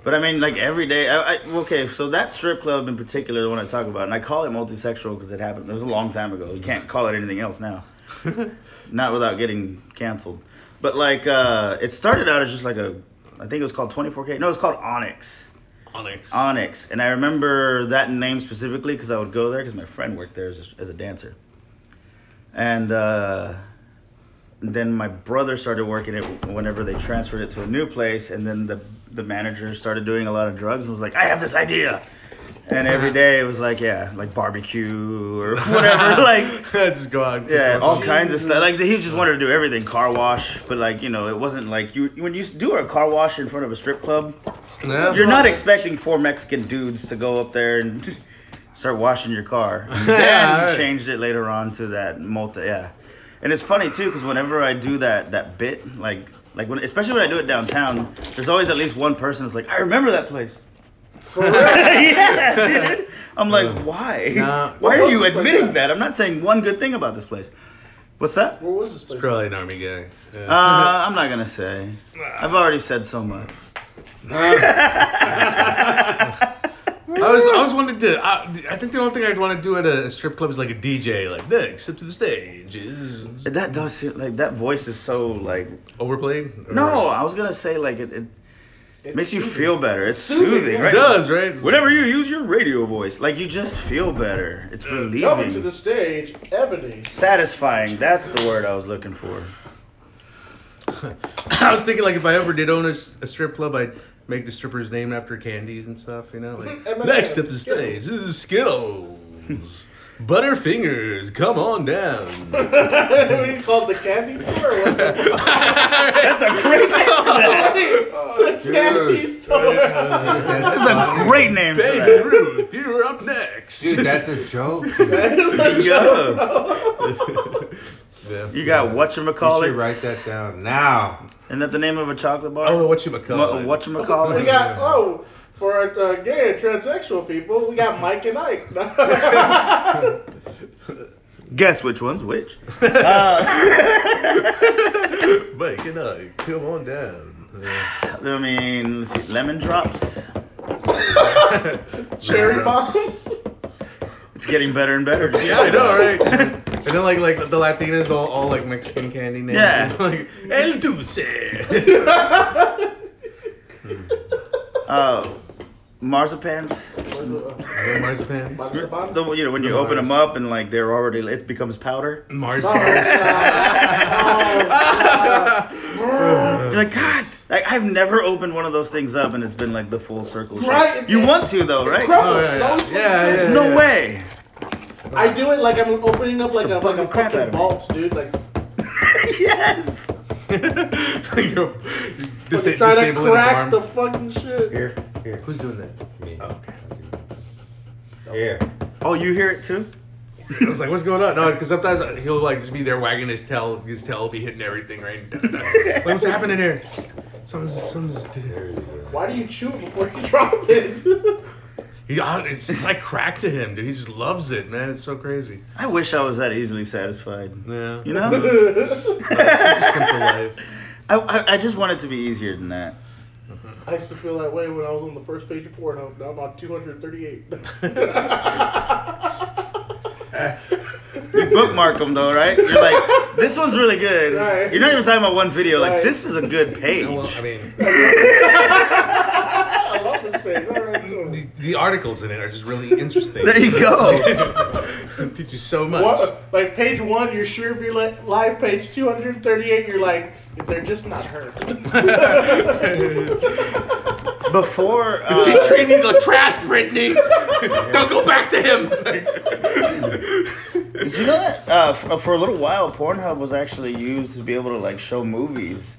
Speaker 3: But I mean, like every day. I, I, okay, so that strip club in particular, the one I talk about, and I call it multisexual because it happened. It was a long time ago. You can't call it anything else now, not without getting canceled. But like, uh, it started out as just like a, I think it was called 24K. No, it was called Onyx.
Speaker 1: Onyx.
Speaker 3: Onyx, and I remember that name specifically because I would go there because my friend worked there as a, as a dancer. And uh, then my brother started working it whenever they transferred it to a new place, and then the the manager started doing a lot of drugs and was like, "I have this idea," and every day it was like, yeah, like barbecue or whatever, like.
Speaker 1: just go out. And
Speaker 3: Yeah,
Speaker 1: kick
Speaker 3: all
Speaker 1: rocks.
Speaker 3: kinds of stuff. Like he just wanted to do everything, car wash, but like you know, it wasn't like you when you do a car wash in front of a strip club,
Speaker 1: Yeah.
Speaker 3: you're not expecting four Mexican dudes to go up there and start washing your car. And
Speaker 1: Yeah,
Speaker 3: Then
Speaker 1: right.
Speaker 3: changed it later on to that multi. Yeah, and it's funny too because whenever I do that that bit, like like when especially when I do it downtown, there's always at least one person that's like, I remember that place. yeah, dude. I'm like,
Speaker 1: Yeah.
Speaker 3: why?
Speaker 1: Nah.
Speaker 3: why are you
Speaker 2: What's this place
Speaker 3: admitting
Speaker 2: at?
Speaker 3: that? I'm not saying one good thing about this place. What's that?
Speaker 2: Where was this place?
Speaker 1: Australian army guy.
Speaker 3: Uh, I'm not gonna say. I've already said so much.
Speaker 1: I was I always wanted to. I, I think the only thing I'd want to do at a strip club is like a DJ, like next up to the stage is
Speaker 3: That does seem like that voice is so like. uh,
Speaker 1: overplayed. Or-
Speaker 3: No, I was gonna say like it, it
Speaker 2: It's
Speaker 3: makes you
Speaker 2: soothing.
Speaker 3: feel better. It's
Speaker 2: Soothing,
Speaker 3: soothing,
Speaker 2: yeah.
Speaker 1: it
Speaker 3: right?
Speaker 1: does, right? It's
Speaker 3: Whenever you use your radio voice, like you just feel better. It's
Speaker 2: Coming to the
Speaker 3: relieving.
Speaker 2: stage, Ebony.
Speaker 3: Satisfying. That's the word I was looking for.
Speaker 1: I was thinking like if I ever did own a, s- a strip club, I'd make the strippers named after candies and stuff, you know. Like
Speaker 2: M&Ms,
Speaker 1: next up to the
Speaker 2: Skittles.
Speaker 1: stage, this is Skittles, Butterfingers, come on down.
Speaker 2: what do you call it, the candy store? Or what the
Speaker 3: That's a great.
Speaker 2: oh, the candy
Speaker 4: dude.
Speaker 2: store.
Speaker 3: That's a great name. For
Speaker 1: Baby
Speaker 3: that.
Speaker 1: Ruth, you're up next.
Speaker 4: Dude, that's a joke. dude.
Speaker 2: That is a joke, bro.
Speaker 1: yeah.
Speaker 3: You got whatchamacallit.
Speaker 4: You should write that down now.
Speaker 3: Isn't that the name of a chocolate bar?
Speaker 1: Oh, what you
Speaker 3: Mu-
Speaker 1: call
Speaker 2: We
Speaker 3: whatchamacallit.
Speaker 2: got oh, for our, uh, gay and transsexual people, we got Mike and Ike.
Speaker 3: Guess which one's which. Uh,
Speaker 1: Mike and I, come on down. Yeah.
Speaker 3: I mean, let's see, lemon drops.
Speaker 2: Cherry
Speaker 1: Yeah.
Speaker 2: bombs.
Speaker 3: It's getting better and better.
Speaker 1: Yeah, I know, right? and then like like the Latinas all, all like Mexican candy names.
Speaker 3: Yeah.
Speaker 1: like El Dulce.
Speaker 3: Uh, marzipans.
Speaker 1: Marzipan.
Speaker 2: Marzipan?
Speaker 3: The, you know, when you open them up and like they're already, it becomes powder.
Speaker 1: Marzipan.
Speaker 2: Marzipan.
Speaker 3: You're like, God, like I've never opened one of those things up and it's been like the full circle. shape."
Speaker 2: Right, it-
Speaker 3: You want to though, right?
Speaker 2: Crumbles,
Speaker 1: Oh, yeah, yeah.
Speaker 2: those
Speaker 1: Yeah, yeah,
Speaker 2: fucking crumbles.
Speaker 3: no way.
Speaker 2: I do it like I'm opening up like
Speaker 3: the
Speaker 2: a, like
Speaker 3: fucking
Speaker 2: a
Speaker 3: crap out of
Speaker 2: fucking
Speaker 3: me.
Speaker 2: vault, dude. Like
Speaker 3: yes.
Speaker 1: You're- dis-
Speaker 2: fucking trying to
Speaker 1: disabling a
Speaker 2: crack
Speaker 1: farm.
Speaker 2: the fucking shit.
Speaker 3: Here, here.
Speaker 1: Who's doing that?
Speaker 4: Me.
Speaker 3: Okay.
Speaker 4: Here.
Speaker 3: Oh, you hear it too?
Speaker 1: I was like, what's going on? No, because sometimes he'll like just be there wagging his tail. His tail will be hitting everything, right? like, what's happening here? Something's, something's.
Speaker 4: There you go.
Speaker 2: Why do you chew it before you drop it?
Speaker 1: He, I- it's just like crack to him, dude. He just loves it, man. It's so crazy.
Speaker 3: I wish I was that easily satisfied.
Speaker 1: Yeah.
Speaker 3: You know?
Speaker 1: Simple life.
Speaker 3: I, I, I just want it to be easier than that.
Speaker 2: I used to feel that way when I was on the first page of Pornhub. Now I'm on 238.
Speaker 3: You bookmark them though, right? You're like, this one's really good.
Speaker 2: Right.
Speaker 3: You're not even talking about one video. Like,
Speaker 2: Right.
Speaker 3: this is a good page.
Speaker 1: Yeah, well, I mean,
Speaker 2: I love this page. All right, cool.
Speaker 1: the, the articles in it are just really interesting.
Speaker 3: there you go.
Speaker 1: Teach you so much.
Speaker 2: What, like page one, you're sure if you're like live page 238, you're like, they're just not her.
Speaker 3: Before
Speaker 1: She
Speaker 3: uh,
Speaker 1: treated me like trash, Brittany. Don't go back to him.
Speaker 3: Did you know that uh, for, for a little while, Pornhub was actually used to be able to like show movies,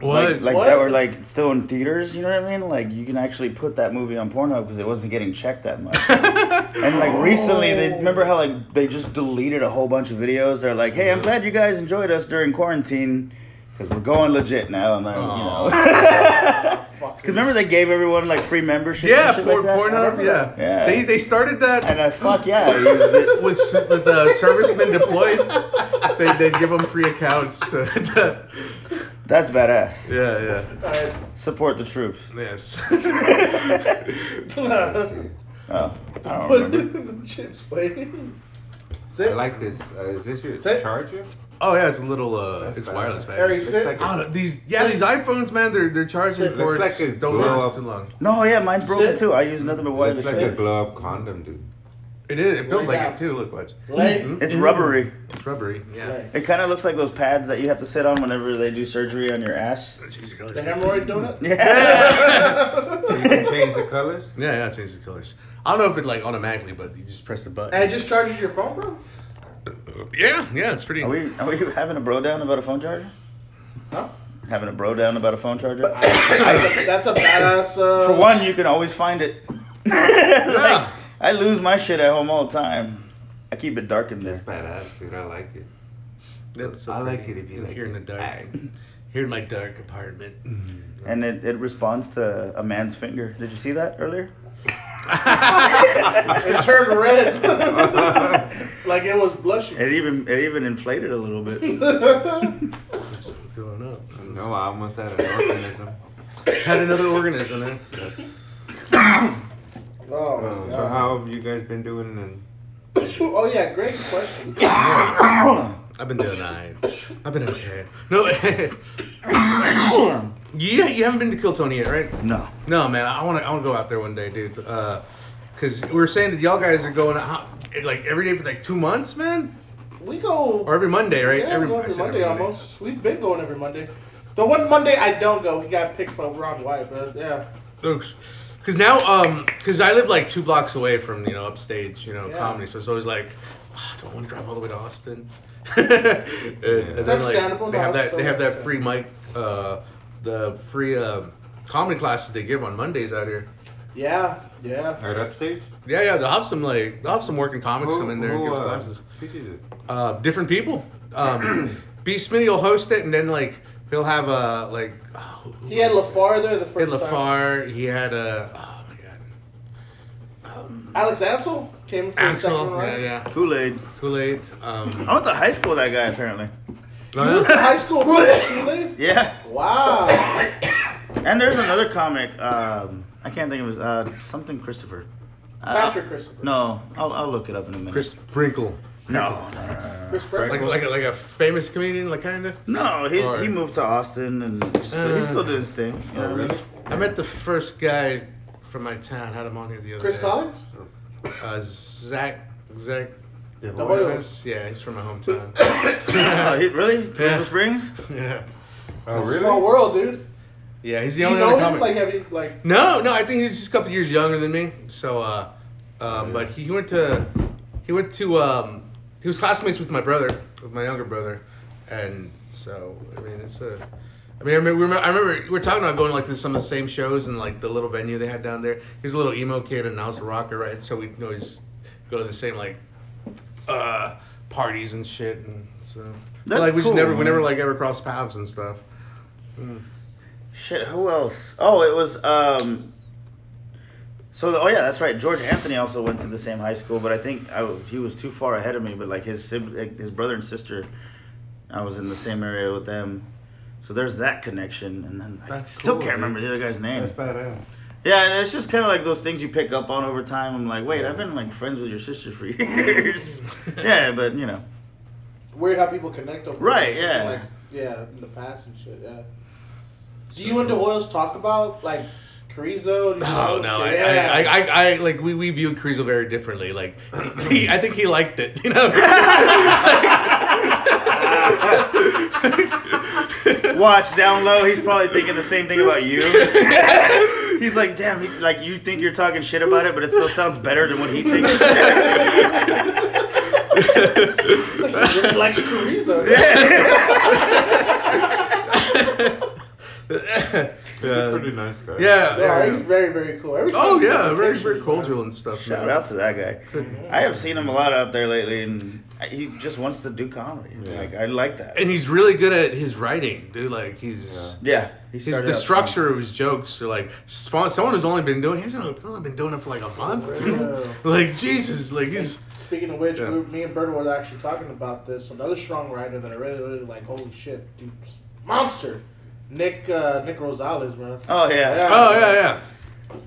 Speaker 3: like, like
Speaker 2: What?
Speaker 3: that were like still in theaters. You know what I mean? Like you can actually put that movie on Pornhub because it wasn't getting checked that much. and like recently,
Speaker 1: Oh.
Speaker 3: they remember how like they just deleted a whole bunch of videos. They're like, hey, I'm glad you guys enjoyed us during quarantine because we're going legit now. And like, you know, because remember they gave everyone like free membership.
Speaker 1: yeah,
Speaker 3: and shit
Speaker 1: porn,
Speaker 3: like that? I
Speaker 1: Pornhub.
Speaker 3: remember
Speaker 1: Yeah.
Speaker 3: that. yeah.
Speaker 1: They they started that
Speaker 3: and I fuck yeah, I used it.
Speaker 1: with s- with the servicemen deployed. They they give them free accounts to. to
Speaker 3: That's badass.
Speaker 1: yeah, yeah.
Speaker 2: Alright.
Speaker 3: Support the troops.
Speaker 1: Yes.
Speaker 4: Shit.
Speaker 3: Oh, I don't
Speaker 2: Put
Speaker 3: remember.
Speaker 2: the chips away. That's
Speaker 4: I
Speaker 2: it.
Speaker 4: like this. Uh, is this your
Speaker 2: it.
Speaker 4: charger?
Speaker 1: oh yeah, it's a little uh,
Speaker 4: That's
Speaker 1: it's
Speaker 4: bad.
Speaker 1: wireless, man.
Speaker 2: Harry,
Speaker 1: It's-
Speaker 2: sit.
Speaker 4: like
Speaker 1: I don't know, these yeah these iPhones, man, they're they're charging
Speaker 2: Looks
Speaker 1: ports
Speaker 4: like a
Speaker 1: don't
Speaker 4: blow
Speaker 1: last
Speaker 4: up.
Speaker 1: too long.
Speaker 3: No, yeah, mine's broken
Speaker 2: Sit.
Speaker 3: too. I use nothing but
Speaker 4: It
Speaker 3: wireless.
Speaker 4: looks like
Speaker 2: Why
Speaker 4: a
Speaker 2: the-
Speaker 4: blow up condom, dude.
Speaker 1: It is. It feels
Speaker 2: Lay
Speaker 1: like
Speaker 2: down.
Speaker 1: it too. Look, watch.
Speaker 2: Lay.
Speaker 1: Mhm.
Speaker 3: It's rubbery.
Speaker 1: It's rubbery. Yeah.
Speaker 2: Lay.
Speaker 3: It kind of looks like those pads that you have to sit on whenever they do surgery on your ass.
Speaker 2: The hemorrhoid donut?
Speaker 3: Yeah.
Speaker 4: You can change the colors.
Speaker 1: Yeah, yeah, it changes the colors. I don't know if it like automatically, but you just press the button.
Speaker 2: And it just charges your phone, bro?
Speaker 1: yeah, yeah, it's pretty.
Speaker 3: Are we are we having a bro down about a phone charger?
Speaker 2: Huh? uh,
Speaker 3: Having a bro down about a phone charger?
Speaker 2: That's a- that's a badass. Uh,
Speaker 3: For one, you can always find it. Like,
Speaker 1: yeah.
Speaker 3: I lose my shit at home all the time. I keep it dark in
Speaker 4: That's
Speaker 3: there.
Speaker 4: badass, dude. I like it.
Speaker 1: Yep, so
Speaker 4: I like
Speaker 1: pretty.
Speaker 4: it if you
Speaker 1: In
Speaker 4: like
Speaker 1: here in the
Speaker 4: it.
Speaker 1: dark.
Speaker 4: Aye.
Speaker 1: Here in my dark apartment.
Speaker 3: And it, it responds to a man's finger. Did you see that earlier?
Speaker 2: it turned red. like it was blushing. Oh,
Speaker 3: It even it even inflated a little bit.
Speaker 1: What's going on?
Speaker 4: No, I almost had an organism.
Speaker 1: Had another organism there.
Speaker 2: Oh, my
Speaker 4: Um, so
Speaker 2: God.
Speaker 4: how have you guys been doing? And
Speaker 2: oh yeah, great question.
Speaker 1: I've been doing alright. I've been okay. No. yeah, you haven't been to Kill Tony yet, right?
Speaker 3: no.
Speaker 1: No, man, I want to. I want to go out there one day, dude. Uh, Cause we were saying that y'all guys are going out like every day for like two months, man,
Speaker 2: We go
Speaker 1: or every Monday, right?
Speaker 2: yeah, we go
Speaker 1: I
Speaker 2: every
Speaker 1: said
Speaker 2: Monday almost. We've been going every Monday. The one Monday I don't go, he got picked by Ron White, but yeah.
Speaker 1: Because now, um, because I live like two blocks away from you know upstage, you know
Speaker 2: Yeah.
Speaker 1: comedy, so it's always like, "Ah, do I want to drive all the way to Austin? and, and then, like,
Speaker 2: Understandable,
Speaker 1: they
Speaker 2: no,
Speaker 1: have
Speaker 2: it's
Speaker 1: that they
Speaker 2: totally
Speaker 1: have that free mic, uh, the free um, comedy classes they give on Mondays out here.
Speaker 2: Yeah, yeah.
Speaker 4: at upstage?
Speaker 1: Yeah, yeah, they'll have some like they'll have some working comics
Speaker 4: Who-
Speaker 1: come in there and
Speaker 4: who,
Speaker 1: give us
Speaker 4: uh,
Speaker 1: classes.
Speaker 4: teaches it?
Speaker 1: uh, different people. Um, B. Smitty will host it, and then like he'll have a like. uh, who- who
Speaker 2: He had
Speaker 1: was it?
Speaker 2: LaFar
Speaker 1: He
Speaker 2: there the
Speaker 1: had
Speaker 2: first time.
Speaker 1: Lafar. He had a. Oh my god.
Speaker 2: Alex Ansel came in for the second
Speaker 1: Axel. Yeah,
Speaker 2: round.
Speaker 1: yeah.
Speaker 3: Kool Aid.
Speaker 1: Kool Aid. Um,
Speaker 3: I went to high school with that guy apparently.
Speaker 2: You went to high school with
Speaker 3: Yeah.
Speaker 2: Wow.
Speaker 3: And there's another comic. Um, I can't think of his uh, something Christopher. Uh,
Speaker 2: Patrick Christopher.
Speaker 3: No, I'll, I'll look it up in a minute.
Speaker 1: Chris Brinkle.
Speaker 3: No, no, no, no.
Speaker 2: Chris Pratt.
Speaker 1: Like like a, like a famous comedian, like kinda.
Speaker 3: no. No, he,
Speaker 1: Or-
Speaker 3: he moved to Austin and just, he still did his thing. You know what
Speaker 4: Oh,
Speaker 3: I mean?
Speaker 4: really?
Speaker 1: I met the first guy from my town. Had him on here the other
Speaker 2: Chris
Speaker 1: day.
Speaker 2: Collins?
Speaker 1: Uh, Zach Zach.
Speaker 4: The
Speaker 2: The
Speaker 4: whole-
Speaker 2: Hoyos.
Speaker 1: Yeah, he's from my hometown.
Speaker 3: Oh, he, really? Crystal
Speaker 1: Yeah.
Speaker 3: Springs?
Speaker 1: yeah.
Speaker 4: Oh,
Speaker 2: It's a
Speaker 4: really?
Speaker 2: Small world, dude.
Speaker 1: Yeah, he's
Speaker 2: Do
Speaker 1: the
Speaker 2: you
Speaker 1: only
Speaker 2: know
Speaker 1: other
Speaker 2: him?
Speaker 1: comic.
Speaker 2: Like, have you, like,
Speaker 1: No, no, I think he's just a couple years younger than me. So, uh, um, but he went to, he went to, um, he was classmates with my brother, with my younger brother, and so I mean it's a, I mean, I remember, remember- I remember we were talking about going like to some of the same shows and like the little venue they had down there. He's a little emo kid and I was a rocker, right? So we'd always go to the same like uh parties and shit, and so but,
Speaker 3: That's
Speaker 1: like we
Speaker 3: cool,
Speaker 1: just never we
Speaker 3: man.
Speaker 1: never like ever crossed paths and stuff.
Speaker 3: Shit, who else? Oh, it was um. So the, oh yeah, that's right. George Anthony also went to the same high school, but I think I, w- he was too far ahead of me. But like his sib- like his brother and sister, I was in the same area with them. So there's that connection, and then I
Speaker 4: That's
Speaker 3: still
Speaker 4: cool,
Speaker 3: can't remember the
Speaker 4: dude.
Speaker 3: other guy's name.
Speaker 4: That's badass.
Speaker 3: Yeah, and it's just kind of like those things you pick up on over time. I'm like, wait, I've been like friends with your sister for years. yeah, but you know,
Speaker 2: Weird how people connect over
Speaker 3: Right,
Speaker 2: something
Speaker 3: yeah.
Speaker 2: like- yeah, in the past and shit. Yeah. Do you and the Hoyles talk about like Carrizo? Do you
Speaker 1: No,
Speaker 2: know,
Speaker 1: Oh, no, I,
Speaker 2: Oh, shit?
Speaker 1: I,
Speaker 2: Yeah.
Speaker 1: I, I, I, like we, we viewed Creasel very differently. Like, he, I think he liked it, you know. Like-
Speaker 3: watch down low. He's probably thinking the same thing about you. He's like, damn, he, like you think you're talking shit about it, but it still sounds better than what he thinks.
Speaker 2: He really likes Carrizo.
Speaker 4: He's a pretty nice guy.
Speaker 1: Yeah.
Speaker 2: Yeah, he's very, very cool. Every time
Speaker 1: Oh
Speaker 2: he's in
Speaker 1: yeah,
Speaker 2: the
Speaker 1: very
Speaker 2: pictures,
Speaker 1: very
Speaker 2: man.
Speaker 1: cordial and stuff.
Speaker 3: Shout
Speaker 1: man.
Speaker 3: out to that guy. I have seen him a lot out there lately, and he just wants to do comedy.
Speaker 4: Yeah.
Speaker 3: Like I like that.
Speaker 1: And he's really good at his writing, dude. Like he's
Speaker 3: yeah, he
Speaker 1: His,
Speaker 3: started
Speaker 1: the
Speaker 3: out
Speaker 1: structure of his jokes are like spawn, someone who's only been doing he hasn't only- only been doing it for like a month.
Speaker 2: Yeah.
Speaker 1: like Jesus, like he's
Speaker 2: Speaking of which,
Speaker 1: Yeah.
Speaker 2: we, me and Bird were actually talking about this. Another strong writer that I really, really like. Holy shit, dude, monster. Nick uh, Nick Rosales, man.
Speaker 3: Oh yeah.
Speaker 2: Yeah.
Speaker 1: oh yeah yeah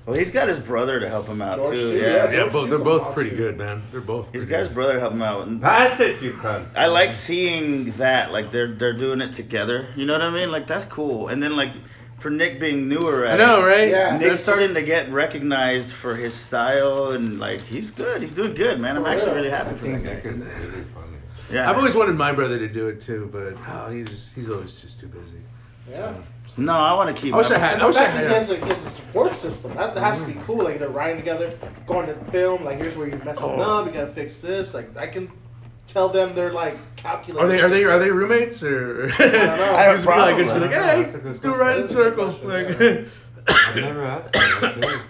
Speaker 3: Well, he's got his brother to help him out
Speaker 2: George
Speaker 3: too.
Speaker 2: too,
Speaker 3: yeah.
Speaker 2: yeah.
Speaker 1: yeah. Both, they're both pretty
Speaker 2: Monster.
Speaker 1: good, man. They're both.
Speaker 3: He's
Speaker 1: pretty
Speaker 3: got his
Speaker 1: good.
Speaker 3: brother to help him out. And
Speaker 4: That's it, you cunt.
Speaker 3: I like seeing that, like they're they're doing it together. You know what I mean? Like that's cool. And then like for Nick being newer at
Speaker 1: I know,
Speaker 3: it,
Speaker 1: right?
Speaker 2: Yeah.
Speaker 3: Nick's
Speaker 2: That's-
Speaker 3: starting to get recognized for his style and like he's good. He's doing good, man. I'm
Speaker 2: For
Speaker 3: actually
Speaker 2: real.
Speaker 3: really
Speaker 4: I
Speaker 3: happy for
Speaker 4: think
Speaker 3: that
Speaker 4: Nick
Speaker 3: guy.
Speaker 4: is really funny.
Speaker 3: Yeah.
Speaker 1: Oh, I've always wanted my brother to do it too, but oh, he's he's always just too busy.
Speaker 2: Yeah.
Speaker 3: no, I want to keep.
Speaker 1: I wish
Speaker 3: up-
Speaker 1: I had-
Speaker 2: And the
Speaker 1: wish
Speaker 2: fact that
Speaker 1: had-
Speaker 2: he has a, he has a support system, that, that has to be cool. Like, they're riding together, going to film, like, here's where you're messing
Speaker 1: Oh.
Speaker 2: up, you gotta fix this. Like, I can tell them they're, like, calculating.
Speaker 1: Are they are they are they roommates or? I
Speaker 2: don't know.
Speaker 1: I just be like, just be
Speaker 4: Probably.
Speaker 1: like, hey,
Speaker 4: That's a good
Speaker 1: let's do it
Speaker 4: question.
Speaker 1: right in
Speaker 2: That's a
Speaker 1: circles.
Speaker 2: good
Speaker 1: Like,
Speaker 2: question,
Speaker 4: I've never asked him.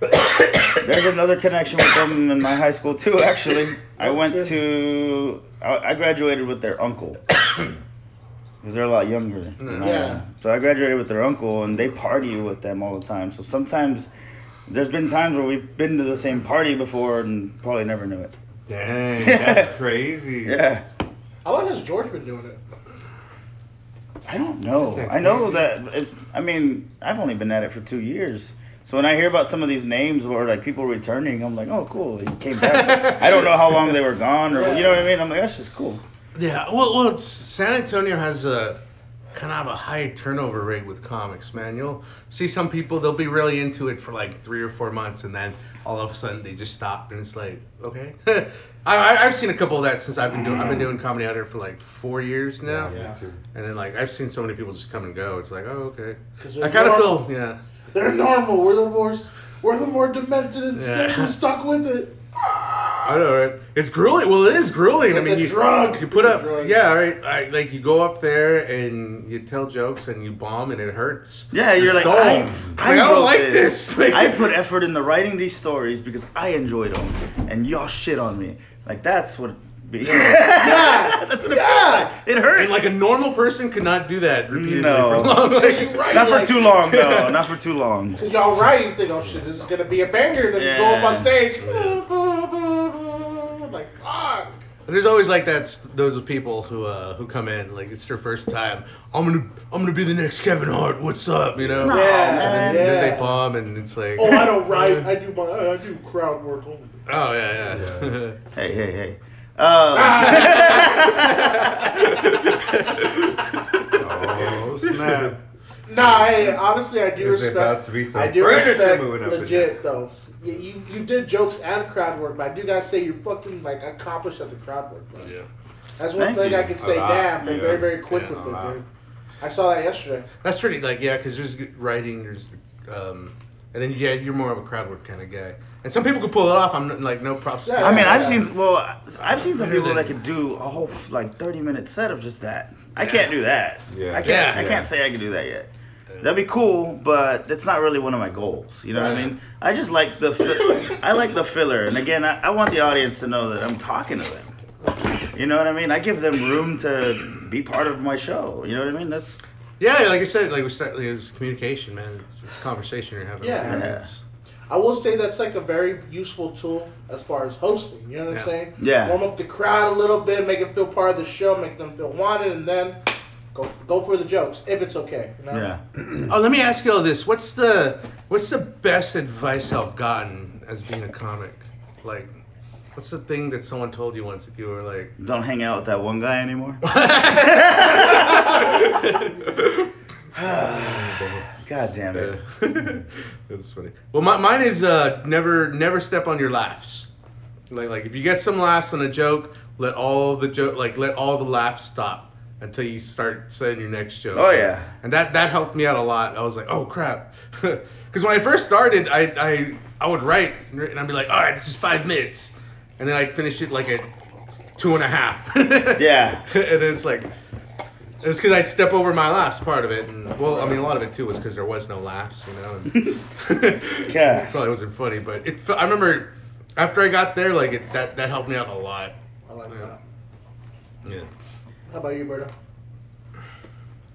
Speaker 4: that's it.
Speaker 3: There's another connection with them in my high school too. Actually, I went to I I graduated with their uncle because they're a lot younger. Than I
Speaker 2: Yeah.
Speaker 3: am. So I graduated with their uncle, and they party with them all the time. So sometimes there's been times where we've been to the same party before and probably never knew it.
Speaker 4: Dang, that's crazy.
Speaker 3: Yeah.
Speaker 2: How long has George been doing it?
Speaker 3: I don't know.
Speaker 4: Isn't that
Speaker 3: I know
Speaker 4: crazy?
Speaker 3: that. It's, I mean, I've only been at it for two years. So when I hear about some of these names or like people returning, I'm like, oh, cool, he came back. I don't know how long they were gone or you know what I mean. I'm like, that's just cool.
Speaker 1: Yeah, well, well, it's, San Antonio has a kind of a high turnover rate with comics, man. You'll see some people they'll be really into it for like three or four months, and then all of a sudden they just stop, and it's like, okay. I, I I've seen a couple of that since I've been doing I've been doing comedy out here for like four years now,
Speaker 4: Yeah, me too.
Speaker 1: and then like I've seen so many people just come and go. It's like, oh okay.
Speaker 2: 'Cause
Speaker 1: I
Speaker 2: they're
Speaker 1: kind of
Speaker 2: normal.
Speaker 1: feel yeah.
Speaker 2: They're normal. We're the more, we're the more demented and
Speaker 1: Yeah.
Speaker 2: sick who stuck with it.
Speaker 1: I know, right? It's grueling. Well, it is grueling.
Speaker 2: It's
Speaker 1: I mean,
Speaker 2: a
Speaker 1: you,
Speaker 2: drug.
Speaker 1: you put
Speaker 2: It's a
Speaker 1: up,
Speaker 2: drug.
Speaker 1: yeah, right. I, like you go up there and you tell jokes and you bomb and it hurts.
Speaker 3: Yeah,
Speaker 1: your
Speaker 3: you're like,
Speaker 1: soul.
Speaker 3: I, I,
Speaker 1: Like, I don't
Speaker 3: wrote
Speaker 1: like this. Like-
Speaker 3: I put effort into writing these stories because I enjoyed them, and y'all shit on me. Like that's what. it Be. yeah, that's what it
Speaker 2: Yeah.
Speaker 3: feels like. It hurts.
Speaker 1: And like a normal person could not do that repeatedly
Speaker 3: No.
Speaker 1: for long.
Speaker 2: Because you write,
Speaker 3: not for
Speaker 2: like-
Speaker 3: too long though. Not for too long.
Speaker 2: Because y'all write, you think, oh shit, this is gonna be a banger. Then you go up on
Speaker 3: Yeah.
Speaker 2: stage, like, fuck.
Speaker 1: There's always like that those people who uh, who come in like it's their first time. I'm gonna I'm gonna be the next Kevin Hart. What's up? You know?
Speaker 3: No,
Speaker 1: and then, then
Speaker 3: man.
Speaker 2: Yeah.
Speaker 1: they bomb and it's like.
Speaker 2: Oh, I don't write. I do my, I do crowd work only.
Speaker 1: Oh yeah yeah.
Speaker 3: Hey, hey, hey. Um,
Speaker 4: Oh, snap.
Speaker 2: Nah, I, honestly, I do
Speaker 4: There's
Speaker 2: respect.
Speaker 4: about to be some
Speaker 2: I do
Speaker 4: furniture
Speaker 2: respect
Speaker 4: moving up in
Speaker 2: legit
Speaker 4: there.
Speaker 2: though. You, you you did jokes and crowd work, but I do gotta say you're fucking like accomplished at the crowd work. Bro.
Speaker 1: yeah.
Speaker 2: That's one
Speaker 3: Thank
Speaker 2: thing
Speaker 3: you.
Speaker 2: I can say.
Speaker 4: A lot,
Speaker 2: Damn, they're
Speaker 4: yeah.
Speaker 2: very very quick
Speaker 1: Yeah,
Speaker 2: with
Speaker 1: a
Speaker 2: it,
Speaker 4: lot.
Speaker 2: dude. I saw that yesterday.
Speaker 1: That's pretty like yeah, 'cause there's good writing, there's um, And then yeah, you're more of a crowd work kind of guy. And some people can pull it off. I'm not- like no props. to
Speaker 2: Yeah,
Speaker 1: them.
Speaker 3: I mean, I've
Speaker 2: yeah.
Speaker 3: seen well, I've seen some
Speaker 1: Better
Speaker 3: people that
Speaker 1: than-
Speaker 3: could do a whole like 30 minute set of just that. I can't do that.
Speaker 4: Yeah.
Speaker 3: I can't.
Speaker 1: Yeah.
Speaker 3: I
Speaker 4: Yeah.
Speaker 3: can't say I can do that yet. That'd be cool, but that's not really one of my goals. You know what I
Speaker 1: Right.
Speaker 3: mean? I just like the fi- I like the filler, and again, I, I want the audience to know that I'm talking to them. You know what I mean? I give them room to be part of my show. You know what I mean? That's
Speaker 1: Yeah, like I said, like we start, like, it's communication, man. It's, it's a conversation you're having.
Speaker 2: Yeah.
Speaker 1: It's-
Speaker 2: I will say that's like a very useful tool as far as hosting. You know what
Speaker 1: Yeah.
Speaker 2: I'm saying?
Speaker 3: Yeah.
Speaker 2: Warm up the crowd a little bit, make them feel part of the show, make them feel wanted, and then go go for the jokes if it's okay. You know?
Speaker 3: yeah.
Speaker 1: Oh, let me ask you all this: What's the what's the best advice I've gotten as being a comic? Like, what's the thing that someone told you once that you were like,
Speaker 3: Don't hang out with that one guy anymore. God damn it.
Speaker 1: That's funny. Well, my, mine is uh, never never step on your laughs. Like like if you get some laughs on a joke, let all the joke like let all the laughs stop until you start saying your next joke.
Speaker 3: Oh yeah.
Speaker 1: And that that helped me out a lot. I was like, oh crap, because when I first started, I I I would write and I'd be like, all right, this is five minutes, and then I'd finish it like at two and a half.
Speaker 3: Yeah.
Speaker 1: and then it's like. It's because I'd step over my laughs part of it, and well, I mean, a lot of it too was because there was no laughs, you know. and-
Speaker 3: Yeah.
Speaker 1: probably wasn't funny, but it. fe- I remember after I got there, like it, that that helped me out a lot.
Speaker 2: I like that.
Speaker 1: Yeah.
Speaker 2: How about you, Berto?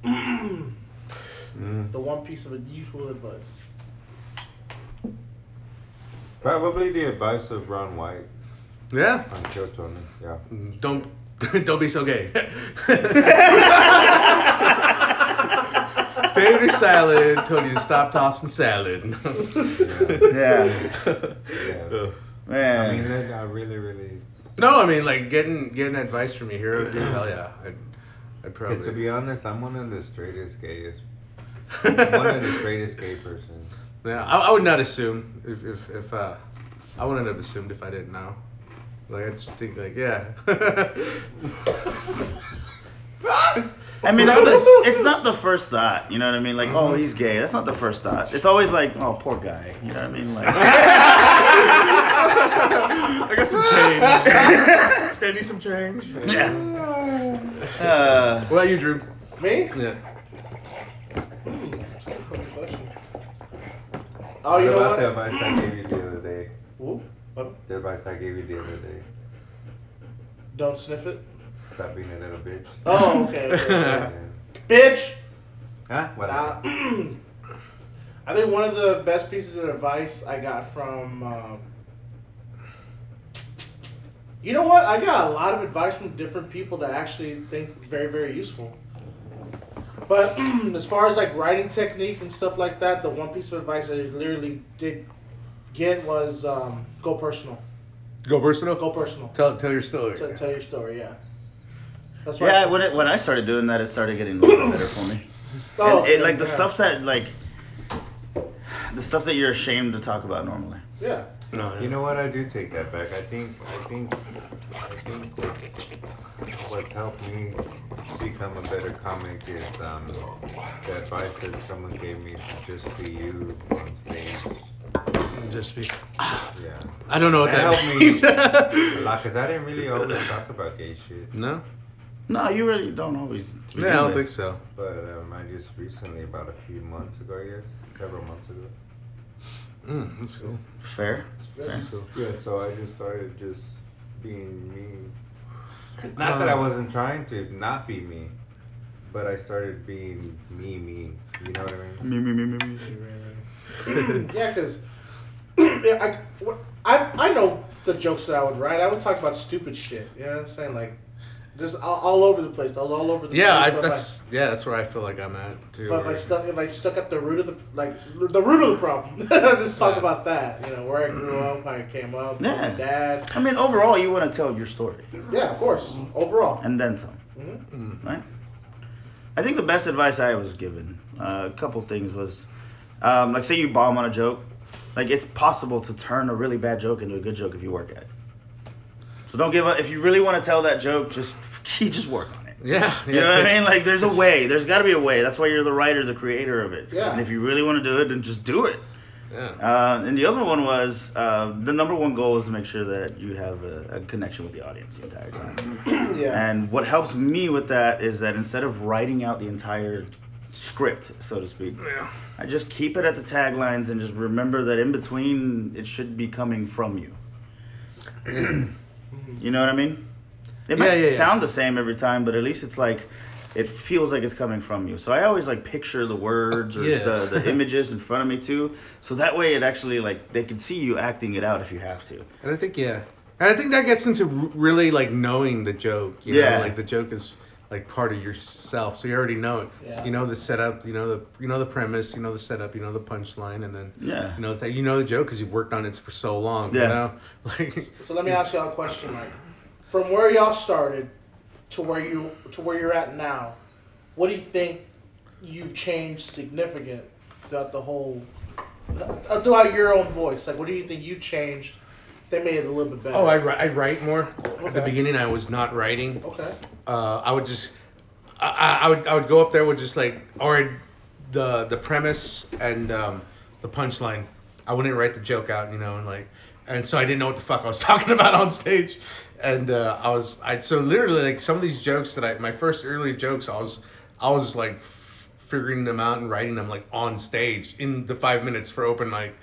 Speaker 4: Mm.
Speaker 2: The one piece of useful advice.
Speaker 4: Probably the advice of Ron White
Speaker 1: Yeah.
Speaker 4: on Kill Tony. Yeah.
Speaker 1: Don't don't be so gay. Date your salad. Told you to stop tossing salad.
Speaker 3: Yeah.
Speaker 4: Yeah.
Speaker 3: Man.
Speaker 4: I mean, that- I really, really.
Speaker 1: No, I mean like getting getting advice from your hero. Dude, hell yeah, I'd, I'd probably.
Speaker 4: Because to be honest, I'm one of the straightest, gayest. one of the straightest gay persons.
Speaker 1: Yeah, I, I would not assume if if, if uh, I wouldn't have assumed if I didn't know. Like I just think like yeah.
Speaker 3: I mean, it's, it's, it's not the first thought. You know what I mean? Like, oh,
Speaker 2: Mm-hmm.
Speaker 3: he's gay. That's not the first thought. It's always like, oh, poor guy. You know what I mean? Like,
Speaker 1: I got some change. Just gonna need some change.
Speaker 3: yeah. Uh,
Speaker 1: What about you, Drew?
Speaker 2: Me?
Speaker 1: Yeah.
Speaker 2: Hmm, that's a good fucking question. Oh, you
Speaker 4: what
Speaker 2: know
Speaker 4: about
Speaker 2: what?
Speaker 4: the advice I gave you the other day?
Speaker 2: Ooh, what?
Speaker 4: The advice I gave you the other day.
Speaker 2: Don't sniff it.
Speaker 4: Stop being a little bitch.
Speaker 2: Oh, okay. okay.
Speaker 4: Yeah.
Speaker 2: Bitch.
Speaker 4: Huh? What?
Speaker 2: Uh, I think one of the best pieces of advice I got from. Um, you know what? I got a lot of advice from different people that I actually think is very, very useful. But as far as like writing technique and stuff like that, the one piece of advice I literally did get was um, go personal.
Speaker 1: Go personal.
Speaker 2: Go personal.
Speaker 1: Tell tell your story.
Speaker 2: T- tell your story, yeah. That's
Speaker 3: yeah, when, it, when I started doing that, it started getting a little better for me.
Speaker 2: Oh,
Speaker 3: and, and, like the
Speaker 2: yeah.
Speaker 3: stuff that like the stuff that you're ashamed to talk about normally.
Speaker 2: Yeah.
Speaker 1: No, no.
Speaker 4: You know what? I do take that back. I think I think I think what's, what's helped me become a better comic is um, the advice that someone gave me to just be you on stage.
Speaker 1: Just be.
Speaker 4: Yeah.
Speaker 1: I don't know what that,
Speaker 4: That helped me
Speaker 1: means.
Speaker 4: A lot, cause I didn't really always talk about gay shit,
Speaker 1: no.
Speaker 3: No, you really don't always.
Speaker 1: Yeah, I don't think so.
Speaker 4: but um, I just recently, about a few months ago, I guess, several months ago.
Speaker 1: Mm, that's cool.
Speaker 3: Fair. Fair.
Speaker 1: That's cool.
Speaker 4: Yeah. So I just started just being me. Not that I wasn't trying to not be me, but I started being me, me. You know what I mean?
Speaker 3: Me, me, me, me, me.
Speaker 1: Mm-hmm.
Speaker 2: Yeah, because I, I, I know the jokes that I would write. I would talk about stupid shit. You know what I'm saying? Like, just all, all over the place. All, all over the
Speaker 1: Yeah, I,
Speaker 2: place. but if
Speaker 1: that's yeah, that's where I feel like I'm at too.
Speaker 2: If I, if, I
Speaker 1: where-
Speaker 2: stuck, if I stuck at the root of the like the root of the problem, just
Speaker 1: Yeah.
Speaker 2: talk
Speaker 1: Mm-hmm.
Speaker 2: about that. You know where I grew up, how I came up,
Speaker 3: Yeah.
Speaker 2: my dad.
Speaker 3: I mean, overall, you want to tell your story
Speaker 2: Yeah, of course. Overall.
Speaker 3: and then some.
Speaker 2: Mhm.
Speaker 1: Mm.
Speaker 3: right? I think the best advice I was given, uh, a couple things was, um, like say you bomb on a joke, like it's possible to turn a really bad joke into a good joke if you work at it. So don't give up. If you really want to tell that joke, just just work on it.
Speaker 1: Yeah, yeah.
Speaker 3: You know what I
Speaker 1: it's-
Speaker 3: mean? Like there's a way. There's got to be a way. That's why you're the writer, the creator of it.
Speaker 2: Yeah.
Speaker 3: And if you really want to do it, then just do it.
Speaker 1: Yeah.
Speaker 3: Uh, and the other one was uh, the number one goal is to make sure that you have a, a connection with the audience the entire time.
Speaker 2: yeah.
Speaker 3: And what helps me with that is that instead of writing out the entire script, so to speak,
Speaker 1: yeah.
Speaker 3: I just keep it at the taglines and just remember that in between it should be coming from you. you know what I mean? It
Speaker 1: Yeah,
Speaker 3: might
Speaker 1: yeah, yeah.
Speaker 3: sound the same every time, but at least it's like it feels like it's coming from you. So I always like picture the words or
Speaker 1: Yeah.
Speaker 3: the, the images in front of me too. So that way it actually like they can see you acting it out if you have to.
Speaker 1: And I think yeah, and I think that gets into r- really like knowing the joke. You
Speaker 3: Yeah.
Speaker 1: Know? Like the joke is like part of yourself, so you already know it.
Speaker 2: Yeah.
Speaker 1: You know the setup. You know the you know the premise. You know the setup. You know the punchline, and then
Speaker 3: Yeah.
Speaker 1: you know the, you know the joke because you've worked on it for so long. You
Speaker 3: Yeah.
Speaker 1: know? Like
Speaker 2: So let me ask y'all a question, Mike. From where y'all started to where you to where you're at now, what do you think you've changed significant throughout the whole uh, throughout your own voice? Like, what do you think you changed? They made it a little bit better.
Speaker 1: oh, I, wri- I write more. At the
Speaker 2: Okay.
Speaker 1: beginning, I was not writing.
Speaker 2: Okay.
Speaker 1: uh, I would just I, I- I would I would go up there with just like or the the premise and um, the punchline. I wouldn't write the joke out, you know, and like and so I didn't know what the fuck I was talking about on stage. And uh, I was I so literally like some of these jokes that I my first early jokes I was I was like f- figuring them out and writing them like on stage in the five minutes for open mic.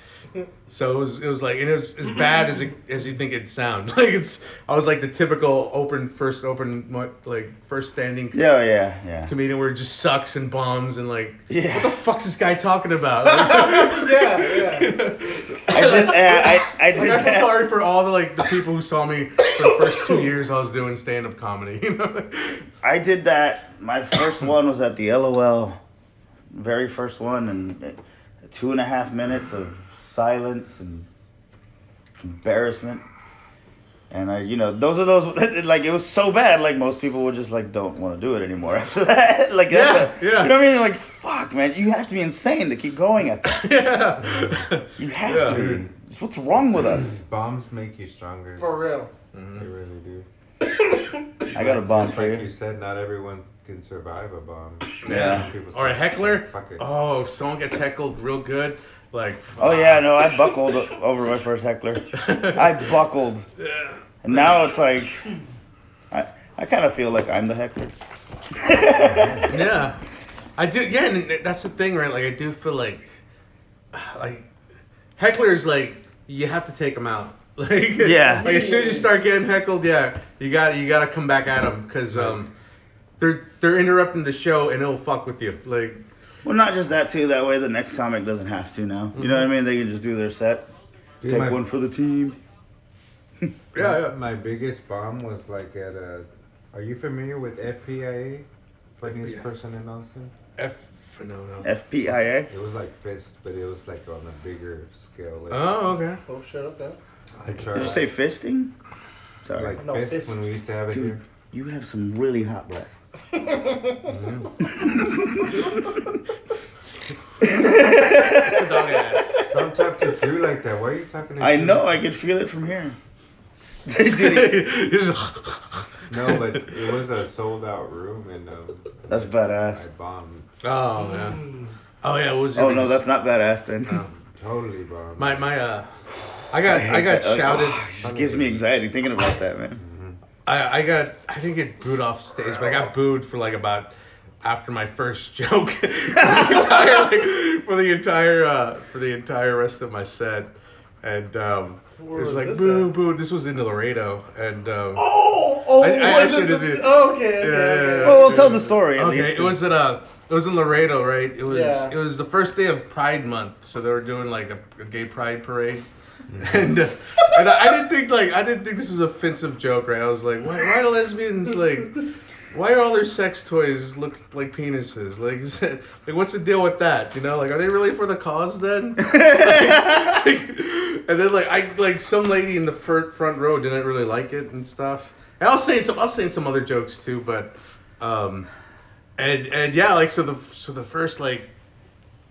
Speaker 1: So it was, it was like, and it was
Speaker 4: Mm-hmm.
Speaker 1: as bad as it, as you think it sounds. Like it's, I was like the typical open first open mi- like first standing
Speaker 3: Yeah, yeah, yeah.
Speaker 1: comedian where it just sucks and bombs and like,
Speaker 3: Yeah.
Speaker 1: what the fuck's this guy talking about? Like,
Speaker 2: Yeah, yeah.
Speaker 3: I did, uh, I, I did
Speaker 1: like, I feel
Speaker 3: that.
Speaker 1: sorry for all the like the people who saw me for the first two years I was doing stand up comedy. You know,
Speaker 3: I did that. My first one was at the LOL, very first one, and uh, two and a half minutes of silence and embarrassment. And I, you know, those are those. Like it was so bad. Like most people would just like don't want to do it anymore after that. like that's
Speaker 1: Yeah,
Speaker 3: a-
Speaker 1: yeah.
Speaker 3: You know what I mean? Like fuck, man. You have to be insane to keep going at that.
Speaker 1: yeah.
Speaker 3: You have
Speaker 1: Yeah.
Speaker 3: to. be. It's what's wrong with us?
Speaker 4: Bombs make you stronger.
Speaker 2: For real.
Speaker 4: They really do.
Speaker 3: I got a bomb
Speaker 4: Just
Speaker 3: for
Speaker 4: like you
Speaker 3: you.
Speaker 4: said, not everyone can survive a bomb.
Speaker 3: Yeah.
Speaker 4: People
Speaker 1: Or a
Speaker 4: say,
Speaker 1: heckler.
Speaker 4: Fuck it.
Speaker 1: Oh, if someone gets heckled real good, like.
Speaker 3: Oh yeah, no, I buckled over my first heckler. I buckled.
Speaker 1: Yeah.
Speaker 3: And now it's like, I, I kind of feel like I'm the heckler.
Speaker 1: yeah i do yeah and th- that's the thing right like i do feel like like hecklers like you have to take them out like
Speaker 3: Yeah.
Speaker 1: like as soon as you start getting heckled yeah you got you got to come back at them because um they're they're interrupting the show and it'll fuck with you like
Speaker 3: Well, not just that too. That way the next comic doesn't have to now. You
Speaker 1: Mm-hmm.
Speaker 3: know what I mean? They can just do their set,
Speaker 4: Dude,
Speaker 3: take
Speaker 4: my-
Speaker 3: one for the team.
Speaker 1: yeah,
Speaker 3: Mm-hmm.
Speaker 1: yeah.
Speaker 4: My biggest bomb was like at a. Are you familiar with FPIA? Funniest
Speaker 1: FPIA.
Speaker 4: person in Austin.
Speaker 1: f no no
Speaker 3: FPIA.
Speaker 4: It was like fist, but it was like on a bigger scale. Like,
Speaker 1: oh okay
Speaker 2: Oh shit. Okay.
Speaker 4: I tried.
Speaker 3: Did you say fisting? Sorry.
Speaker 4: like
Speaker 2: No,
Speaker 4: fist,
Speaker 2: fist.
Speaker 4: when we used to have it
Speaker 3: Dude,
Speaker 4: here?
Speaker 3: you have some really hot breath.
Speaker 1: Oh, That's the dog ad.
Speaker 4: Don't talk to Drew like that. Why are you talking to
Speaker 3: I
Speaker 4: Drew?
Speaker 3: know. I can feel it from here. Dude,
Speaker 1: This is-
Speaker 4: No, but it was a sold out room and um,
Speaker 3: that's
Speaker 4: I
Speaker 3: badass.
Speaker 4: bombed.
Speaker 1: oh man oh yeah what was your
Speaker 3: Oh no,
Speaker 1: biggest-
Speaker 3: that's not badass then.
Speaker 1: No.
Speaker 4: Totally bombed.
Speaker 1: my my uh Oh. i got
Speaker 3: hate
Speaker 1: i, got
Speaker 3: that. Like,
Speaker 1: shouted
Speaker 3: oh, it just gives me anxiety thinking about that, man.
Speaker 4: Mm-hmm.
Speaker 1: I, I got I didn't get booed off stage, but I got booed for like about after my first joke for the entire like, for the entire uh, for the entire rest of my set, and um, it
Speaker 2: Where
Speaker 1: was,
Speaker 2: was
Speaker 1: like
Speaker 2: this
Speaker 1: boo
Speaker 2: at?
Speaker 1: boo. This was in Laredo, and um,
Speaker 2: Oh, oh,
Speaker 1: I- I- I
Speaker 2: was it
Speaker 1: should've
Speaker 2: the-
Speaker 1: did.
Speaker 2: okay, okay,
Speaker 1: Yeah,
Speaker 2: okay.
Speaker 1: yeah,
Speaker 3: Well, we'll tell the story. At
Speaker 1: okay,
Speaker 3: least
Speaker 1: it was at uh it was in Laredo, right? It was
Speaker 2: Yeah.
Speaker 1: it was the first day of Pride Month, so they were doing like a, a gay pride parade.
Speaker 3: Mm-hmm.
Speaker 1: And, uh, and I, I didn't think like I didn't think this was an offensive joke, right? I was like, why, why do lesbians like, why are all their sex toys look like penises? Like, is it- like what's the deal with that? You know, like are they really for the cause then? and then like I like some lady in the fir- front row didn't really like it and stuff. And I was saying some I was saying some other jokes too, but um and and yeah, like so the so the first like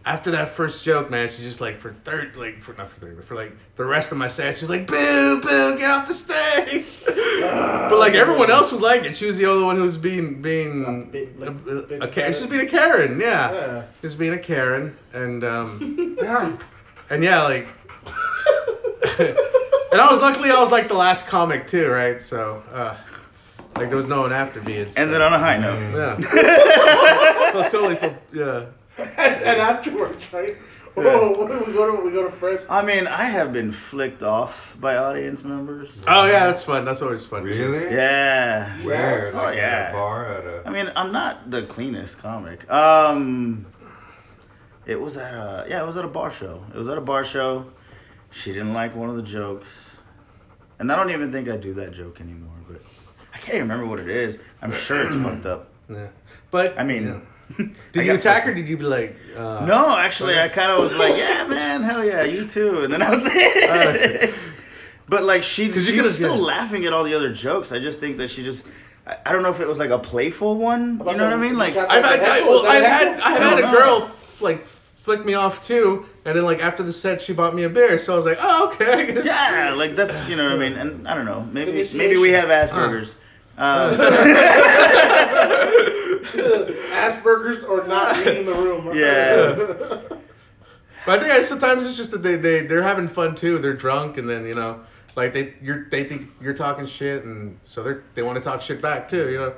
Speaker 1: after that first joke, man, she's just like for third like for not for third but for like the rest of my set, she was like boo boo get off the stage. but like everyone else was like it. She was the only one who was being being
Speaker 2: A bit, like,
Speaker 1: a,
Speaker 2: bit
Speaker 1: a, a,
Speaker 2: Karen.
Speaker 1: she's being a Karen, yeah.
Speaker 2: Yeah.
Speaker 1: She was being a Karen and um And yeah, like. and I was luckily I was like the last comic too, right? So, uh, like there was no one after me. And,
Speaker 3: Ended on a high note.
Speaker 1: Yeah. Well, totally. For, yeah.
Speaker 2: and, and afterwards, right? Oh, what do we go to? We go to friends.
Speaker 3: I mean, I have been flicked off by audience members.
Speaker 1: Oh yeah, that's fun. That's always fun. too.
Speaker 4: Really?
Speaker 3: Yeah.
Speaker 4: Where?
Speaker 3: Oh,
Speaker 4: Like
Speaker 3: yeah.
Speaker 4: at a bar at a.
Speaker 3: I mean, I'm not the cleanest comic. Um, it was at a yeah, it was at a bar show. It was at a bar show. She didn't like one of the jokes, and I don't even think I do that joke anymore. But I can't even remember what it is. I'm sure it's fucked up.
Speaker 1: Yeah. But
Speaker 3: I mean,
Speaker 1: yeah.
Speaker 3: I
Speaker 1: did you
Speaker 3: got
Speaker 1: attack
Speaker 3: fucked
Speaker 1: or did you be like? Uh,
Speaker 3: No, actually, I kind of was like, yeah, man, hell yeah, you too. And then I was it. but like she,
Speaker 1: 'Cause you
Speaker 3: she
Speaker 1: could've
Speaker 3: was still
Speaker 1: done-
Speaker 3: laughing at all the other jokes. I just think that she just, I, I don't know if it was like a playful one. You know
Speaker 2: About
Speaker 3: what I
Speaker 2: some-
Speaker 3: mean?
Speaker 2: you
Speaker 3: Like,
Speaker 2: got
Speaker 1: I've,
Speaker 2: Like
Speaker 1: had,
Speaker 2: a
Speaker 1: I,
Speaker 2: heckle,
Speaker 1: well,
Speaker 2: is that
Speaker 1: I've
Speaker 2: a
Speaker 1: had
Speaker 2: heckle?
Speaker 1: I've
Speaker 3: I
Speaker 1: had
Speaker 3: don't
Speaker 1: a
Speaker 3: know.
Speaker 1: girl f- like flick me off too, and then like after the set she bought me a beer, so I was like, oh okay. I guess.
Speaker 3: yeah, like that's you know what I mean. And I don't know, maybe
Speaker 2: It's
Speaker 3: maybe we have
Speaker 2: initiation.
Speaker 1: Uh-huh.
Speaker 3: Aspergers. Uh,
Speaker 2: Asperger's or not reading the room. right?
Speaker 3: Yeah.
Speaker 1: But I think I, sometimes it's just that they they they're having fun too. They're drunk and then you know like they you're they think you're talking shit and so they they want to talk shit back too. You know.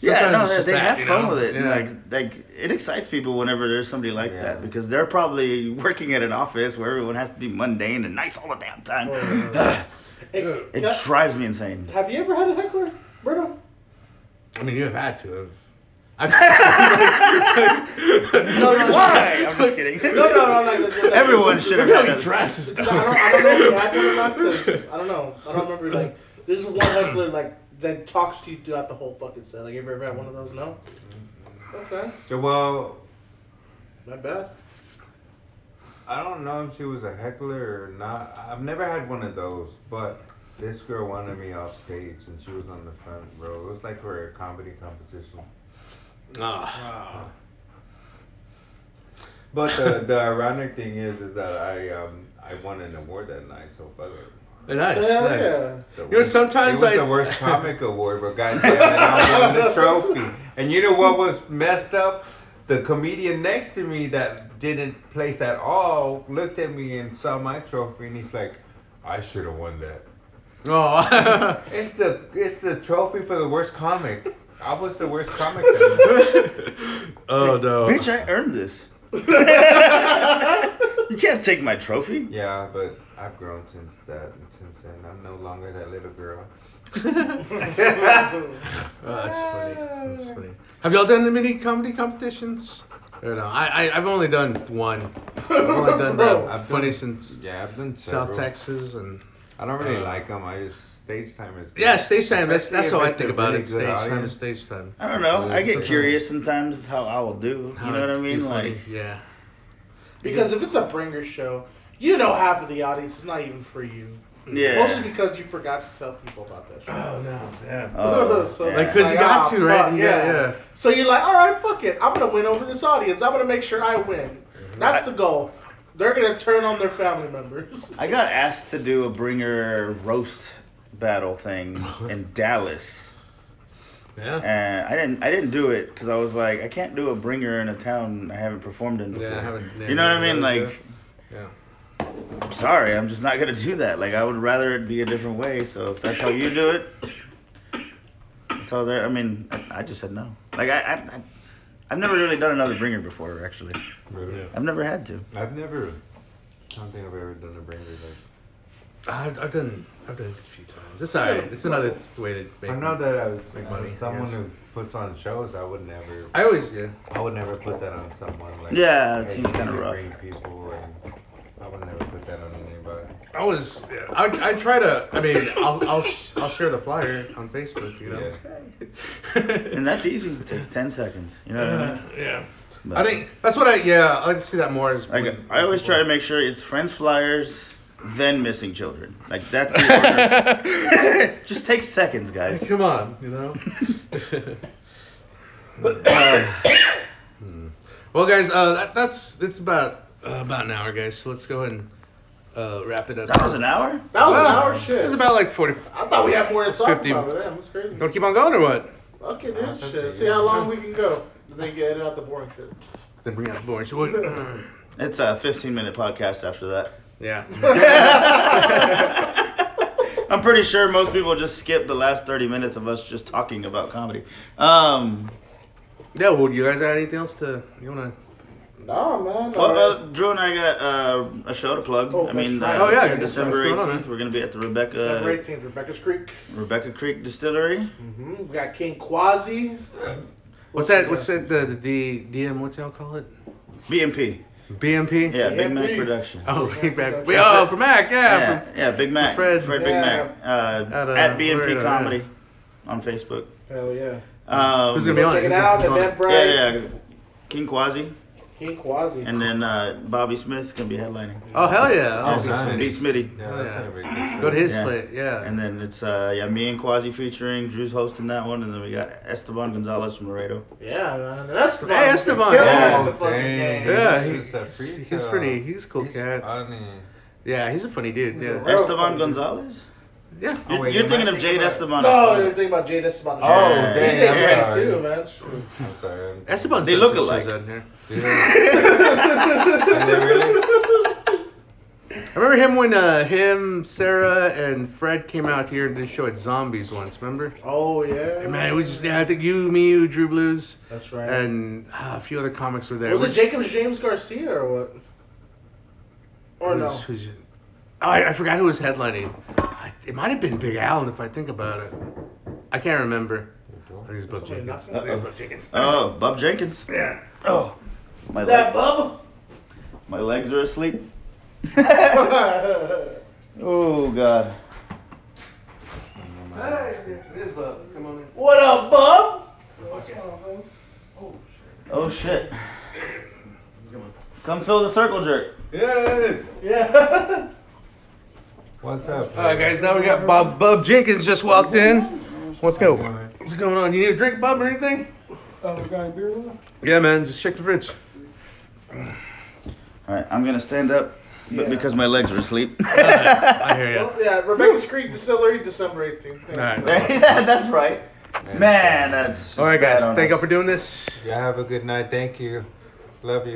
Speaker 3: yeah,
Speaker 1: Sometimes
Speaker 3: no,
Speaker 1: it's
Speaker 3: they,
Speaker 1: just that,
Speaker 3: have
Speaker 1: you
Speaker 3: fun
Speaker 1: know?
Speaker 3: with it. and,
Speaker 1: Yeah.
Speaker 3: Like, like it excites people whenever there's somebody like
Speaker 4: Yeah.
Speaker 3: that because they're probably working at an office where everyone has to be mundane and nice all the damn time.
Speaker 2: Oh, Hey,
Speaker 1: Yeah.
Speaker 3: it
Speaker 2: can I-
Speaker 3: drives me insane.
Speaker 2: have you ever had a heckler, Bruno?
Speaker 1: I mean, you have had to have. I've,
Speaker 2: No, no, no.
Speaker 3: Why? I'm just kidding.
Speaker 2: No, no, no, no, no, no.
Speaker 3: Everyone should have
Speaker 1: Look how he
Speaker 3: had that.
Speaker 1: dresses.
Speaker 2: I don't, I don't know if you had one or not 'cause I don't know. I don't remember. Like, this is one heckler like that talks to you throughout the whole fucking set. Like, you ever had one of those? No. Okay,
Speaker 4: Well,
Speaker 2: not bad.
Speaker 4: I don't know if she was a heckler or not. I've never had one of those, but this girl wanted me off stage and she was on the front row. It was like her comedy competition.
Speaker 1: Ah.
Speaker 4: But the, the ironic thing is, is that I um I won an award that night, so fuck it.
Speaker 1: Nice,
Speaker 2: Hell
Speaker 1: nice.
Speaker 2: yeah.
Speaker 4: The
Speaker 1: know, sometimes
Speaker 4: it was
Speaker 1: I-
Speaker 4: the worst comic award, but goddamn it, I won the trophy. And you know what was messed up? The comedian next to me that didn't place at all looked at me and saw my trophy, and he's like, "I should have won that."
Speaker 1: Oh.
Speaker 4: It's the it's the trophy for the worst comic. I was the worst comic. That night.
Speaker 1: oh no.
Speaker 3: Bitch, I earned this. you can't take my trophy.
Speaker 4: yeah, but I've grown since that. Since then, I'm no longer that little girl.
Speaker 1: Oh, that's funny. That's funny. Have y'all done any comedy competitions? Or no? I, I I've only done one. I've only done
Speaker 2: Bro,
Speaker 1: that.
Speaker 4: I've
Speaker 1: funny
Speaker 4: done-
Speaker 1: since
Speaker 4: Yeah, I've been
Speaker 1: South Texas and
Speaker 4: I don't really
Speaker 1: Uh,
Speaker 4: like 'em. like them. I just stage time is. good.
Speaker 1: yeah, stage time. That's that's how
Speaker 4: Especially
Speaker 1: I
Speaker 4: if it's
Speaker 1: think
Speaker 4: a
Speaker 1: about
Speaker 4: really
Speaker 1: it.
Speaker 4: good
Speaker 1: Stage time
Speaker 4: audience.
Speaker 1: is stage time.
Speaker 3: I don't know. I get
Speaker 1: Sometimes.
Speaker 3: curious sometimes how I will do. You
Speaker 1: How
Speaker 3: know what I
Speaker 1: it'd be
Speaker 3: mean?
Speaker 1: funny.
Speaker 3: Like,
Speaker 1: yeah.
Speaker 2: Because if it's a bringer show, you know half of the audience is not even for you.
Speaker 3: yeah.
Speaker 2: Mostly because you forgot to tell people about that show.
Speaker 1: no, yeah.
Speaker 3: Oh,
Speaker 2: So,
Speaker 3: yeah.
Speaker 1: Like, cause you
Speaker 2: Like,
Speaker 1: got
Speaker 2: ah,
Speaker 1: to, right?
Speaker 2: fuck,
Speaker 1: You got-
Speaker 2: yeah.
Speaker 1: yeah.
Speaker 2: So you're like, all right, fuck it. I'm gonna win over this audience. I'm gonna make sure I win.
Speaker 1: Mm-hmm.
Speaker 2: That's the goal. They're gonna turn on their family members.
Speaker 3: I got asked to do a bringer roast battle thing in Dallas.
Speaker 1: Yeah.
Speaker 3: And I didn't I didn't do it because I was like, I can't do a bringer in a town I haven't performed in before.
Speaker 1: Yeah, I haven't-
Speaker 3: you know what I mean?
Speaker 1: yeah.
Speaker 3: Like, I'm sorry, I'm just not gonna do that. Like I would rather it be a different way. So if that's how you do it, that's how there. I mean, I, I just said no. Like I, I, I, I've never really done another bringer before. Actually,
Speaker 4: Really?
Speaker 3: I've never had to.
Speaker 4: I've never. I don't think I've ever done a brain like.
Speaker 1: I've, I've done I've done it a few times. It's alright. It's another way to make.
Speaker 4: I know that as,
Speaker 1: Make
Speaker 4: as
Speaker 1: money, I
Speaker 4: someone
Speaker 1: guess.
Speaker 4: who puts on shows, I would never.
Speaker 1: I always yeah.
Speaker 4: I would never put that on someone. Like,
Speaker 3: Yeah, it
Speaker 4: hey,
Speaker 3: seems
Speaker 4: you
Speaker 3: kinda
Speaker 4: need to
Speaker 3: rough.
Speaker 4: Bring people, and I would never put that on anybody.
Speaker 1: I was, I, I try to, I mean, I'll, I'll, sh- I'll share the flyer on Facebook, you know?
Speaker 3: And that's easy. It takes ten seconds. You know what I mean?
Speaker 1: yeah.
Speaker 3: But
Speaker 1: I think, that's what I, yeah, I like to see that more as.
Speaker 3: I, got- I always try to make sure it's friends flyers, then missing children. Like that's the order.
Speaker 1: make.
Speaker 3: just takes seconds, guys.
Speaker 1: Come on, you know? well, guys, uh, that, that's, it's about, uh, about an hour, guys, so let's go ahead and uh, wrap it up.
Speaker 3: That was an hour.
Speaker 2: That was an
Speaker 1: Wow.
Speaker 2: hour shit.
Speaker 1: It was about like 40.
Speaker 2: I thought we had more to talk
Speaker 1: 50.
Speaker 2: about with them. That's crazy.
Speaker 1: Don't keep on going or what?
Speaker 2: Okay,
Speaker 4: Uh,
Speaker 2: dude. Shit.
Speaker 4: fifty,
Speaker 2: See
Speaker 4: yeah.
Speaker 2: how long we can go. Then get out the boring shit.
Speaker 1: Then bring out the boring. So we'll,
Speaker 3: It's a 15 minute podcast after that.
Speaker 1: Yeah.
Speaker 3: I'm pretty sure most people just skip the last 30 minutes of us just talking about comedy. Um,
Speaker 1: yeah. Well, you guys got anything else to? You wanna?
Speaker 2: Nah, man.
Speaker 3: well,
Speaker 2: uh,
Speaker 3: uh, Drew and I got uh, a show to plug.
Speaker 2: Oh,
Speaker 3: I mean,
Speaker 2: that's
Speaker 3: uh,
Speaker 2: right. Oh, yeah,
Speaker 1: yeah,
Speaker 3: December
Speaker 1: what's going on,
Speaker 3: 18th,
Speaker 1: man?
Speaker 3: we're going to be at the Rebecca
Speaker 2: December 18th, Rebecca's Creek.
Speaker 3: Rebecca Creek Distillery.
Speaker 2: hmm We got King Quasi.
Speaker 1: What's that? What's that? The, the D, DM. What's y'all call it?
Speaker 3: BMP.
Speaker 1: BMP.
Speaker 3: Yeah, Big Mac
Speaker 2: BMP.
Speaker 3: Production.
Speaker 1: Oh, Big Mac. We, oh, for Mac. Yeah.
Speaker 3: yeah,
Speaker 1: for-
Speaker 3: yeah, Big Mac.
Speaker 1: Fred.
Speaker 3: Fred, Big
Speaker 2: Yeah.
Speaker 3: Mac. Uh,
Speaker 1: At,
Speaker 3: at,
Speaker 1: uh,
Speaker 3: BMP
Speaker 1: Florida,
Speaker 3: Comedy
Speaker 1: yeah.
Speaker 3: on Facebook.
Speaker 2: Hell yeah.
Speaker 3: Um,
Speaker 1: Who's gonna be on
Speaker 2: Check
Speaker 1: it?
Speaker 2: it out.
Speaker 1: Who's on it?
Speaker 2: Eventbrite.
Speaker 3: Yeah, yeah. King Quasi.
Speaker 2: King Quasi.
Speaker 3: And then uh, Bobby Smith's going to be headlining.
Speaker 1: Oh hell yeah. Oh,
Speaker 4: Oh,
Speaker 3: That's
Speaker 4: nice.
Speaker 3: gonna be Smitty.
Speaker 4: Yeah, that's
Speaker 1: Yeah.
Speaker 4: gonna be a good
Speaker 1: Go to his
Speaker 3: Yeah.
Speaker 1: plate. Yeah.
Speaker 3: And then it's uh, yeah, me and Quasi featuring, Drew's hosting that one, and then we got Esteban Gonzalez from Laredo.
Speaker 2: Yeah, man. That's
Speaker 1: Hey, Esteban,
Speaker 2: Killing
Speaker 1: yeah.
Speaker 2: it with the fucking
Speaker 4: Dang.
Speaker 2: game.
Speaker 1: yeah,
Speaker 4: He's
Speaker 1: he-
Speaker 4: just a
Speaker 1: he's,
Speaker 4: freak
Speaker 1: he's
Speaker 4: show.
Speaker 1: pretty. He's a cool
Speaker 4: He's
Speaker 1: cat.
Speaker 4: funny.
Speaker 1: yeah, he's a funny dude.
Speaker 2: He's a
Speaker 1: Yeah.
Speaker 2: real-
Speaker 3: Esteban
Speaker 2: funny.
Speaker 3: Gonzalez?
Speaker 1: Yeah.
Speaker 4: Oh,
Speaker 3: You're,
Speaker 4: wait,
Speaker 3: you're
Speaker 4: am I
Speaker 3: thinking of
Speaker 4: thinking
Speaker 3: Jade
Speaker 4: about-
Speaker 3: Esteban.
Speaker 2: No,
Speaker 3: Esteban.
Speaker 2: you're thinking about Jade Esteban.
Speaker 4: Oh,
Speaker 2: Yeah. He's
Speaker 4: dang,
Speaker 2: a
Speaker 4: I'm
Speaker 2: man,
Speaker 4: sorry.
Speaker 2: too, man. Shoot.
Speaker 4: I'm sorry. I'm-
Speaker 1: Esteban's
Speaker 3: They
Speaker 1: done
Speaker 3: look
Speaker 1: some
Speaker 3: alike.
Speaker 1: shows out here.
Speaker 4: Yeah. Is it really?
Speaker 1: I remember him when uh, him, Sarah, and Fred came out here and did a show at Zombies once. Remember?
Speaker 2: Oh, yeah.
Speaker 1: And man, we just yeah, I think you, me, you, Drew Blues,
Speaker 2: That's right.
Speaker 1: and uh, a few other comics were there.
Speaker 2: was it
Speaker 1: Which-
Speaker 2: Jacob's James Garcia or what? Or no?
Speaker 1: who's- who's- oh, I, I forgot who was headlining. I- It might have been Big Allen if I think about it. I can't remember. I think it's Bob
Speaker 2: Somebody
Speaker 1: Jenkins.
Speaker 2: knocking.
Speaker 1: I think it's Bob Jenkins.
Speaker 3: Oh, Bob Jenkins.
Speaker 1: Yeah.
Speaker 3: Oh, my,
Speaker 2: That
Speaker 3: leg,
Speaker 2: bubble.
Speaker 3: my legs are asleep.
Speaker 2: what
Speaker 3: oh, God.
Speaker 1: Oh. Come on in.
Speaker 2: up, bub?
Speaker 3: Oh, shit. Come fill the circle jerk.
Speaker 1: Yeah.
Speaker 2: Yeah.
Speaker 4: What's up?
Speaker 1: All right, guys. Now we got Bob Bob Jenkins just walked in. What's going? What's going on? You need a drink, Bob, or anything?
Speaker 5: Oh, we got any beer left?
Speaker 1: Yeah, man. Just check the fridge.
Speaker 3: All right, I'm going to stand up, but
Speaker 2: Yeah.
Speaker 3: because my legs are asleep.
Speaker 1: I hear ya.
Speaker 2: Well, yeah, Rebecca's Creek Distillery, December 18th.
Speaker 1: Alright.
Speaker 3: that's right. Man, that's. just
Speaker 1: All right, guys.
Speaker 3: bad on
Speaker 1: Thank
Speaker 3: us.
Speaker 1: y'all for doing this.
Speaker 4: Y'all have a good night. Thank you. Love you.